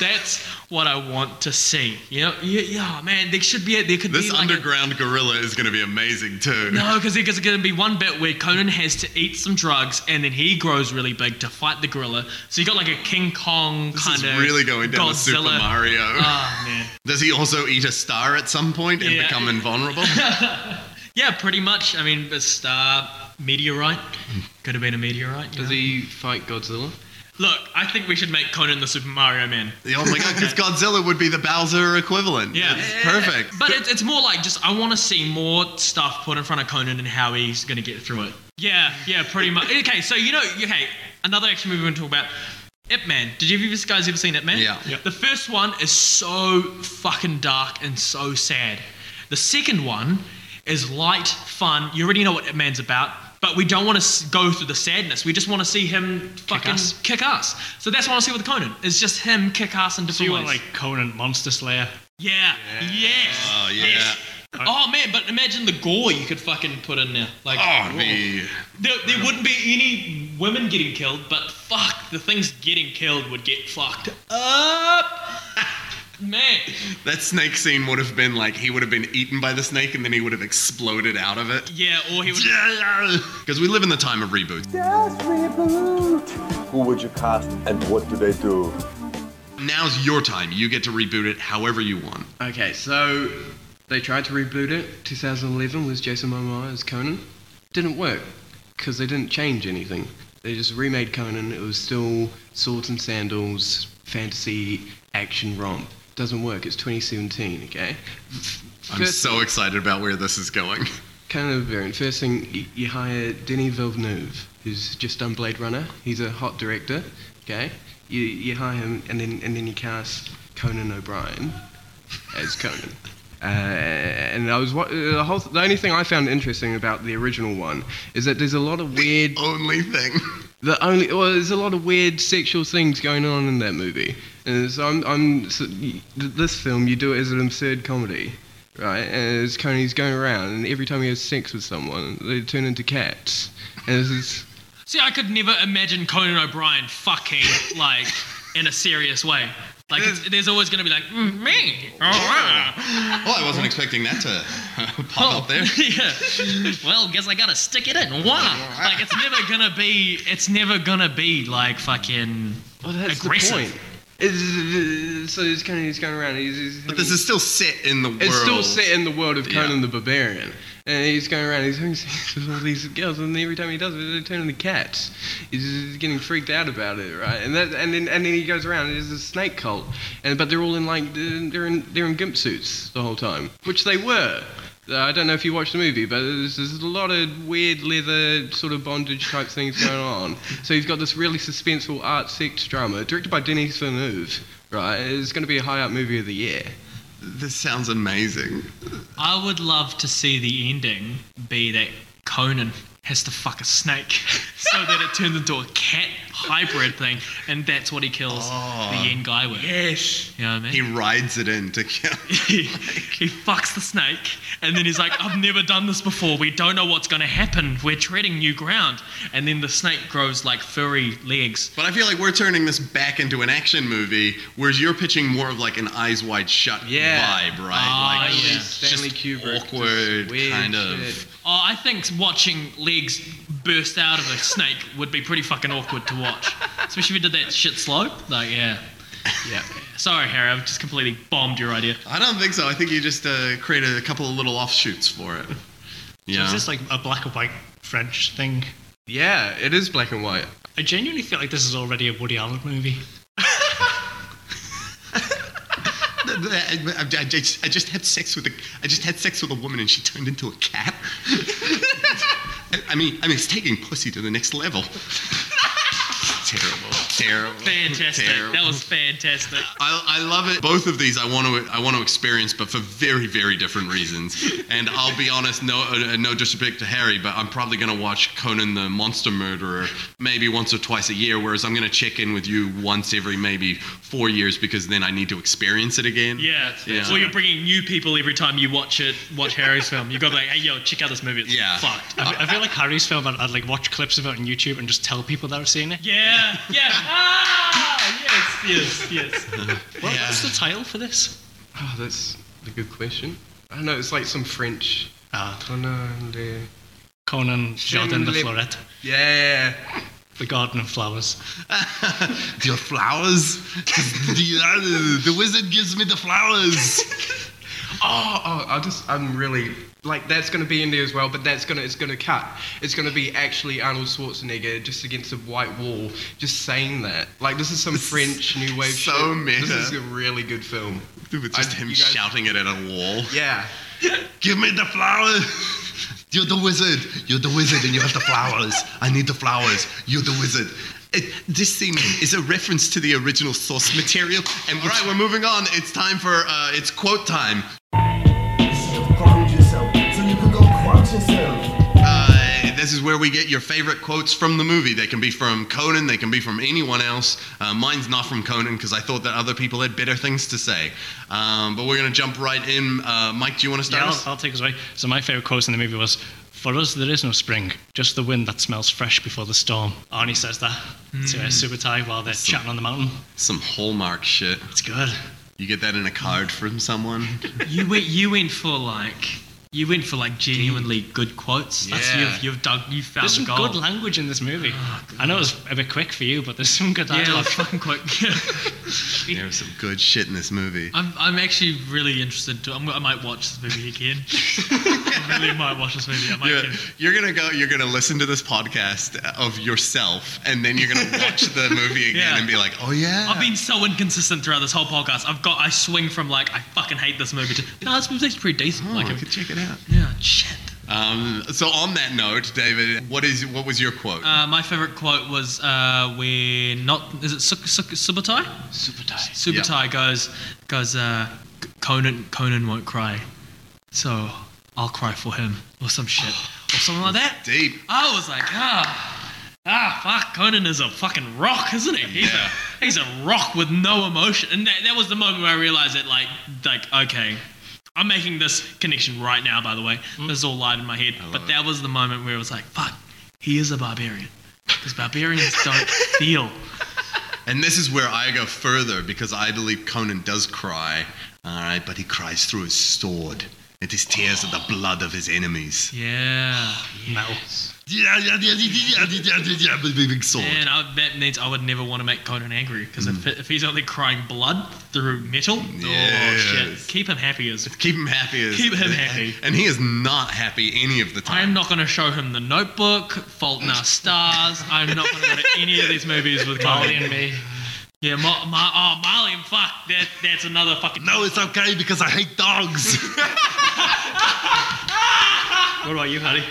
G: That's what I want to see. You know, yeah, yeah oh, man. There should be, a, there could
B: This
G: be like a-
B: underground gorilla is going to be amazing too.
G: No, because there's going to be one bit where Conan has to eat some drugs, and then he grows really big to fight the gorilla. So you got like a King Kong
B: This
G: kind
B: is
G: of
B: really going down to Super
G: Godzilla.
B: Mario.
G: Oh man.
B: Does he also eat a star at some point and
G: Yeah.
B: become invulnerable?
G: [LAUGHS] Yeah, pretty much. I mean, a star meteorite could have been a meteorite. you
F: Does
G: know?
F: he fight Godzilla?
G: Look, I think we should make Conan the Super Mario Man.
B: oh my god, because Godzilla would be the Bowser equivalent.
G: Yeah.
B: It's perfect.
G: But it's, it's more like just I want to see more stuff put in front of Conan and how he's going to get through it. Yeah, yeah, pretty much. Okay, so you know, okay, another action movie we're going to talk about. Ip Man. Did you you guys ever seen Ip Man?
B: Yeah. Yeah.
G: The first one is so fucking dark and so sad. The second one is light, fun. You already know what Ip Man's about, but we don't want to go through the sadness. We just want to see him fucking kick
E: ass.
G: ass. So that's what I see with Conan. It's just him kick ass in different
E: So you
G: ways.
E: want like Conan Monster Slayer?
G: Yeah. Yes.
B: Oh, yeah.
G: Yes. Oh man, but imagine the gore you could fucking put in there. Like,
B: Oh, the
G: there, there wouldn't be any women getting killed, but fuck, the things getting killed would get fucked up. [LAUGHS] man,
B: that snake scene would have been like he would have been eaten by the snake and then he would have exploded out of it.
G: yeah. Or he would.
B: Because we live in the time of reboots.
D: Who would you cast and what do they do?
B: Now's your time. You get to reboot it however you want.
F: Okay, so they tried to reboot it. 2011 was Jason Momoa as Conan. Didn't work because they didn't change anything. They just remade Conan. It was still swords and sandals, fantasy, action romp. Doesn't work. It's 2017. Okay.
B: I'm so excited about where this
F: [LAUGHS]
B: is going.
F: Kind of variant. First thing, you, you hire Denis Villeneuve, who's just done Blade Runner. He's a hot director. Okay, you, you hire him, and then and then you cast Conan O'Brien as Conan. Uh, and I was wa- the whole the only thing I found interesting about the original one is that there's a lot of weird
B: Only thing.
F: the only well, there's a lot of weird sexual things going on in that movie, and so I'm, I'm so y- th- this film you do it as an absurd comedy, right? And it's Conan's going around, and every time he has sex with someone, they turn into cats, and this is
G: See, I could never imagine Conan O'Brien
E: [LAUGHS]
G: fucking like in a serious way. Like, it's, there's always going to be like "Mm, me. Oh, ah."
B: Well, Oh, I wasn't expecting that to [LAUGHS] pop up there.
F: Oh.
G: [LAUGHS] yeah. Well, guess I gotta stick it in. Wah. Like, it's never gonna be. It's never gonna be like fucking.
F: Well, that's
G: Aggressive.
F: the point. It's- so he's kind of he's going around. He's, he's
B: But this is still set in the world.
F: It's still set in the world of
B: Yeah.
F: Conan the Barbarian. And he's going around, he's having sex with all these girls, and every time he does it, they turn into cats. He's just getting freaked out about it, right? And that, and then, and then he goes around, and there's a snake cult, and but they're all in like they're in they're in gimp suits the whole time, which they were. Uh, I don't know if you watched the movie, but there's, there's a lot of weird leather sort of bondage type things going on. So he's got this really suspenseful art sex drama directed by Denis Villeneuve, right? It's going to be a high art movie of the year.
B: This sounds amazing.
G: I would love to see the ending be that Conan has to fuck a snake [LAUGHS] so that it turns into a cat hybrid thing, and that's what he kills the end guy with.
B: Oh. Yes.
G: You know what I mean?
B: He rides it in to kill. [LAUGHS]
G: [LAUGHS] he, he fucks the snake and then he's like i've never done this before we don't know what's going to happen we're treading new ground and then the snake grows like furry legs
B: But I feel like we're turning this back into an action movie, whereas you're pitching more of like an eyes wide shut
F: Yeah.
B: vibe,
G: Ah,
B: right? like
G: yeah.
B: it's
F: Stanley
B: just
F: Kubrick, just
B: awkward
F: weird
B: kind of.
F: shit.
G: oh, i think watching legs burst out of a snake would be pretty fucking awkward to watch especially if you did that shit slow like yeah
F: Yeah.
G: sorry harry i've just completely bombed your idea
B: I don't think so. I think you just uh, created a couple of little offshoots for it. Yeah.
E: Is this like a black and white French thing?
F: Yeah, it is black and white.
E: I genuinely feel like this is already a Woody Allen movie.
B: I, I- I just, I just had sex with a, I just had sex with a woman and she turned into a cat. [LAUGHS] I, I mean, I mean, it's taking pussy to the next level. [LAUGHS] terrible, terrible,
G: fantastic
B: Terrible.
G: that was fantastic
B: I, I love it. Both of these I want to I want to experience, but for very very different reasons. And I'll be honest, no uh, no disrespect to Harry, but I'm probably going to watch Conan the Monster Murderer maybe once or twice a year, whereas I'm going to check in with you once every maybe four years because then I need to experience it again. [LAUGHS]
G: yeah.
B: Yeah.
G: Well, you're bringing new people every time you watch it. Watch Harry's film. You got to be like, hey, yo, check out this movie. It's
B: Yeah.
G: fucked.
E: I, fe- I feel like Harry's film, I'd, I'd like watch clips of it on YouTube and just tell people that I've seen it.
G: Yeah, yeah. Ah, yes, yes, yes.
E: Well,
B: Yeah.
E: what's the title for this?
F: Oh, that's a good question. I don't know, it's like some French.
E: Uh,
F: Oh no, the-
E: Conan, Jardin de
F: Shimlip-
E: Florette,
F: Yeah.
E: The Garden of Flowers.
B: Your flowers. [LAUGHS] the, uh, the wizard gives me the [LAUGHS] flowers.
F: Oh, oh, I just, I'm really like that's going to be in there as well, but that's going to, it's going to cut. It's going to be actually Arnold Schwarzenegger just against a white wall, just saying that. Like this is some French new wave.
B: so
F: shit. This
B: meta.
F: is a really good film.
B: It's just
F: I-
B: him
F: you guys-
B: shouting it at a wall.
F: Yeah.
B: Give me the flowers. [LAUGHS] You're the wizard. You're the wizard, and you have the flowers. I need the flowers. You're the wizard. It, this scene is a reference to the original source material. And all right, we're moving on. It's time for uh, it's quote time. Uh, this is where we get your favorite quotes from the movie. They can be from Conan, they can be from anyone else. Uh, mine's not from Conan because I thought that other people had better things to say. Um, but we're going to jump right in. Uh, Mike, do you want to start?
E: Yeah, I'll,
B: us?
E: I'll take us away. So my favourite quote in the movie was, "For us, there is no spring, just the wind that smells fresh before the storm." Arnie says that to uh, Subutai while they're chatting on the mountain.
B: Some hallmark shit.
E: It's good.
B: You get that in a card from someone.
G: You went, you went for like, you went for like genuinely good quotes. That's
B: Yeah.
G: you've, you've dug, you found
E: There's some
G: the gold.
E: good language in this movie. I know it was a bit quick for you, but there's some good
G: yeah, it
E: dialogue.
G: was [LAUGHS] fucking quick.
B: There was some good shit in this movie.
G: I'm, I'm actually really interested. To, I'm, I might watch this movie again. [LAUGHS] I really might watch this movie. I might.
B: You're,
G: get-
B: you're gonna go. You're gonna listen to this podcast of yourself, and then you're gonna watch the movie again
G: Yeah.
B: and be like, "Oh yeah."
G: I've been so inconsistent throughout this whole podcast. I've got I swing from like I fucking hate this movie to no, this movie's actually pretty decent.
B: Oh,
G: like,
B: I could check it out.
G: yeah, shit.
B: Um, so on that note, David, what is what was your quote?
G: Uh, my favorite quote was uh, where not is it Suk- Suk- Subutai?
F: Supertight.
G: Subutai goes goes uh, Conan Conan won't cry, so I'll cry for him or some shit or something like that.
B: Deep.
G: I was like, ah, ah, fuck, Conan is a fucking rock, isn't he? He's,
B: Yeah.
G: a, he's a rock with no emotion. And that, that was the moment where I realized that, like, like, okay, I'm making this connection right now, by the way. This is all light in my head.
B: Mm. love
G: But
B: it.
G: that was the moment where it was like, fuck, he is a barbarian. Because barbarians
B: [LAUGHS]
G: don't feel.
B: And this is where I go further because I believe Conan does cry, all right, but he cries through his sword. It is tears of the blood of his enemies.
G: Yeah.
B: Yeah, yeah, yeah, yeah, yeah, yeah, yeah, yeah, with the big sword.
G: Man, I, that means I would never want to make Conan angry because
B: Mm.
G: if, if he's only crying blood through metal, oh
B: Yes.
G: shit, keep him happy as.
B: Keep him happy. As,
G: Keep him happy.
B: And he is not happy any of the
G: I
B: time.
G: am not going to show him The Notebook, Fault in Our Stars. I'm not going to go to any of these movies with Marley and me. Yeah, Ma- Ma- oh, Marley and fuck, that, that's another fucking.
B: No, it's okay because I hate dogs.
E: What about you, Harry?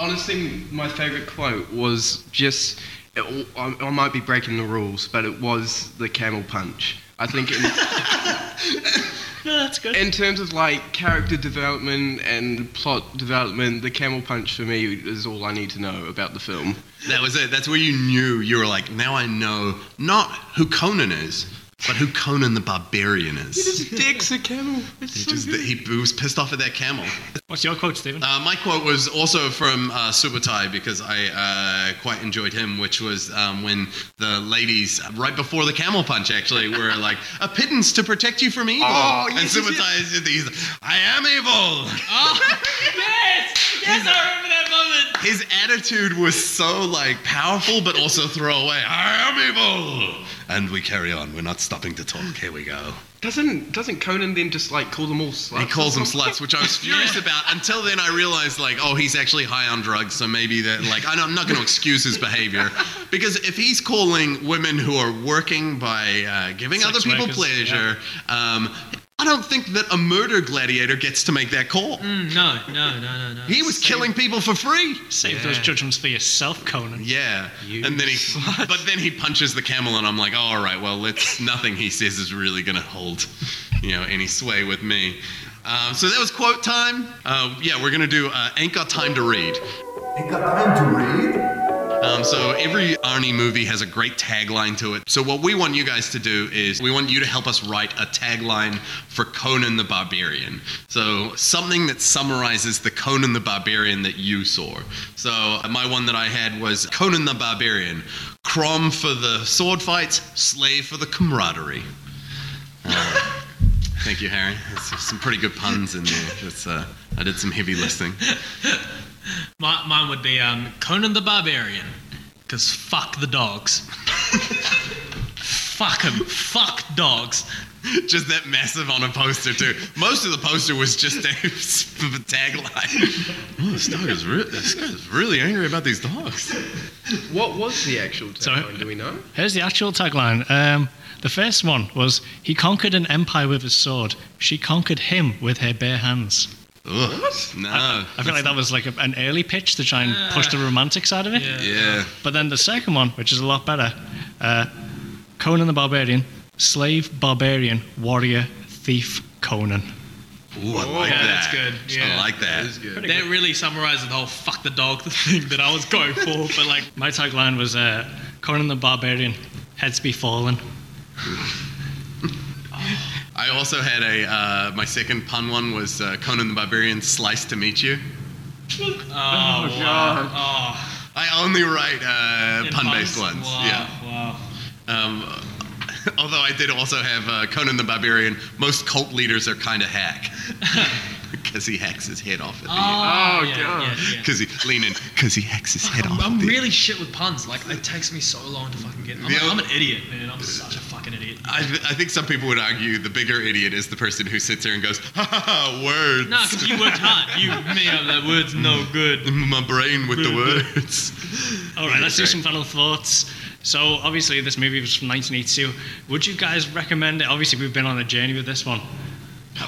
F: Honestly, my favourite quote was just. It, I, I might be breaking the rules, but it was the camel punch. I think it,
B: [LAUGHS]
E: No, that's good.
F: in terms of like character development and plot development, the camel punch for me is all I need to know about the film.
B: [LAUGHS] that was it. That's where you knew you were like, now I know not who Conan is, but who Conan the Barbarian is.
F: Dick's a camel. It's
B: He
F: so
B: just
F: good.
B: he, he was pissed off at that camel.
E: What's your quote, Stephen?
B: Uh, my quote was also from uh, Subotai because I uh, quite enjoyed him, which was um, when the ladies, right before the camel punch, actually, were like, a pittance to protect you from evil.
F: Oh,
B: and
F: yes, yes,
B: Subotai is he's like, I am evil.
G: Yes! Yes, I remember that moment!
B: His attitude was so, like, powerful, but also throwaway. I am evil. And we carry on. We're not stopping to talk. Here we go.
F: Doesn't doesn't Conan then just like call them all sluts?
B: He calls them sluts, which I was furious about. Until then, I realized like, oh, he's actually high on drugs, so maybe that like I know- I'm not going to excuse his behavior because if he's calling women who are working by uh, giving
E: Sex
B: other people
E: workers,
B: pleasure, um, I don't think that a murder gladiator gets to make that call.
G: Mm, no, no, no, no, no.
B: He was killing people for free.
E: Save those judgments for yourself, Conan.
B: Yeah,
F: You
B: and then he,
F: slut.
B: [LAUGHS] but then he punches the camel, and I'm like, oh, all right, well, let's nothing he says is really gonna hold, you know, any sway with me. Um, so that was quote time. Uh, yeah, we're gonna do uh, ain't got time to read.
I: Ain't got time to read.
B: Um, so every Arnie movie has a great tagline to it. So what we want you guys to do is we want you to help us write a tagline for Conan the Barbarian. So something that summarizes the Conan the Barbarian that you saw. So uh, my one that I had was Conan the Barbarian, Crom for the sword fights, slave for the camaraderie. Uh, thank you, Harry. That's some pretty good puns in there. That's, uh, I did some heavy listening.
G: Mi- mine would be um, Conan the Barbarian, because fuck the dogs. fuck him. Fuck dogs.
B: [LAUGHS] just that massive on a poster too. Most of the poster was just [LAUGHS] a tagline. Oh, this dog is re- this guy is really angry about these dogs.
F: What was the actual tagline? Do we know?
E: Here's the actual tagline. Um, the first one was He conquered an empire with his sword. She conquered him with her bare hands.
B: Ugh. No.
E: I feel like that was like a, an early pitch to try and push the romantic side of it.
B: Yeah.
E: But then the second one, which is a lot better uh, Conan the Barbarian, Slave, Barbarian, Warrior, Thief, Conan.
B: Ooh, I like
G: yeah,
B: that.
G: that's good. Yeah.
B: I like that.
F: It is good.
G: That really summarizes the whole fuck the dog [LAUGHS] thing that I was going for, Oh, but like,
E: My tagline was uh, Conan the Barbarian, Heads Be Fallen.
B: I also had a uh, my second pun one was uh, Conan the Barbarian slice to meet you.
G: [LAUGHS] oh, wow. Oh,
B: I only write uh,
G: and
B: pun based
G: puns.
B: ones.
G: Wow,
B: Yeah.
G: Wow.
B: Um, [LAUGHS] although I did also have uh, Conan the Barbarian. Most cult leaders are kind of hack [LAUGHS] because he hacks his head off at the end.
G: Oh, yeah,
F: God.
G: yeah, yeah.
B: Because he lean in, because he hacks his head off.
J: I'm, I'm
B: the-
J: really shit with puns. Like, it takes me so long to fucking get. I'm,
B: The
J: like,
B: other-
J: I'm an idiot, man. I'm such a fucking idiot.
B: I, th- I think some people would argue the bigger idiot is the person who sits there and goes, ha ha ha, words.
G: No, because you worked hard. You, me, I'm like, word's no good.
B: My brain with [LAUGHS] the words.
E: All right, let's do
B: Okay.
E: some final thoughts. So, obviously, this movie was from 1982. Would you guys recommend it? Obviously, we've been on a journey with this one.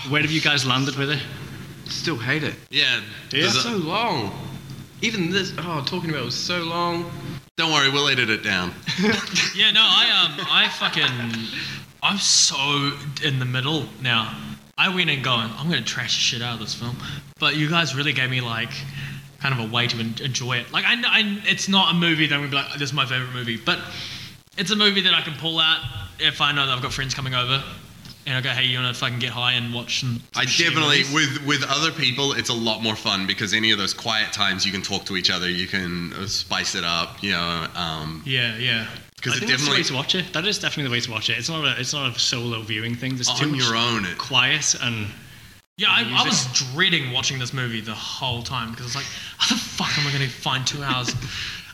E: Where have you guys landed with it?
F: Still hate it.
B: Yeah.
E: Yeah.
B: there's a-
F: So long. Even this. Oh, talking about it was so long.
B: don't worry, we'll edit it down.
G: Yeah, no, I um, I fucking, I'm so in the middle now. I went in going, I'm gonna trash the shit out of this film, but you guys really gave me like, kind of a way to en- enjoy it. Like, I, kn- I, kn- it's not a movie that I'm gonna be like, "Oh, this is my favorite movie, but it's a movie that I can pull out if I know that I've got friends coming over. And I go, hey, you want to fucking get high and watch some.
B: I
G: some shitty
B: definitely
G: movies?
B: with with other people, it's a lot more fun because any of those quiet times you can talk to each other, you can uh, spice it up, you know. Um,
E: Yeah, yeah.
B: 'Cause
E: I
B: it
E: think that's the way
B: definitely-
E: to watch it. That is definitely the way to watch it. It's not a it's not a solo viewing thing. There's too
B: on your
E: much
B: own, it,
E: quiet and
G: Yeah, I, I
E: music.
G: was dreading watching this movie the whole time because I was like, how the fuck am I going to find two hours?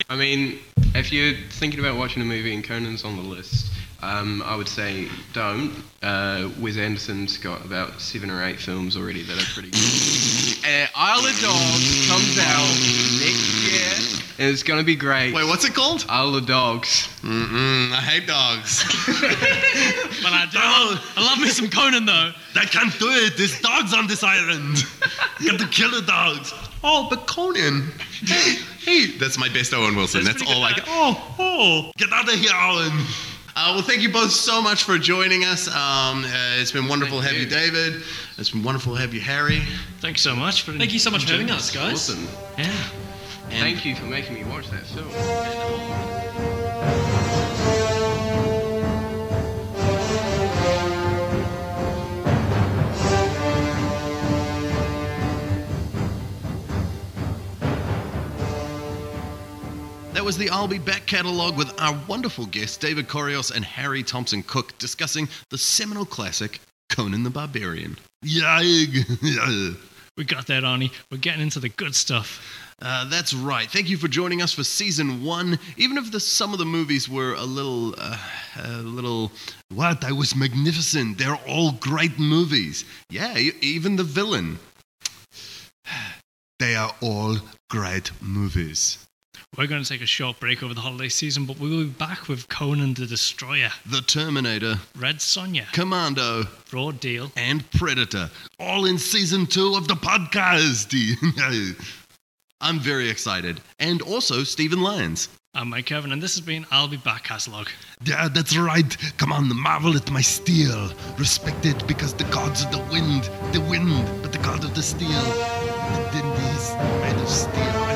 F: I mean, if you're thinking about watching a movie and Conan's on the list, um, I would say don't. Uh, Wes Anderson's got about seven or eight films already that are pretty good. uh, Isle of Dogs comes out next year, and it's going to be great.
B: Wait, what's it called?
F: Isle of Dogs.
B: Mm-mm, I hate dogs.
G: but I do. I love me some Conan though.
C: They can't do it. There's dogs on this island. Got to kill the dogs.
B: oh, but Conan. Hey, hey, that's my best Owen Wilson. That's, all I got.
C: Oh, oh. Get out of here, Alan.
B: Uh, well, thank you both so much for joining us. Um, uh, it's been wonderful to have you.
F: you.
B: David. It's been wonderful to have you, Harry.
E: thanks so much for
G: Thank you so much for having
E: enjoying
G: us, guys.
F: Awesome.
G: Yeah.
B: And
F: Thank you for making me watch that film.
B: That was the I'll Be Back catalogue with our wonderful guests, David Corios and Harry Thompson Cook, discussing the seminal classic, Conan the Barbarian. Yag.
E: We got that, Arnie. We're getting into the good stuff.
B: Uh, that's right. Thank you for joining us for season one. Even if the, some of the movies were a little, uh, a little, what? I was magnificent. They're all great movies. Yeah, e- even the villain. [SIGHS] They are all great movies.
E: We're going to take a short break over the holiday season, but we will be back with Conan the Destroyer,
B: The Terminator,
E: Red Sonja,
B: Commando,
E: Raw Deal,
B: and Predator, all in season two of the podcast. [LAUGHS] I'm very excited. And also Stephen Lyons.
E: I'm Mike Kevin, and this has been I'll Be Back Catalog.
C: Yeah, that's right. Come on, marvel at my steel. Respect it because the gods of the wind, the wind, but the god of the steel, the, the, he's made of steel.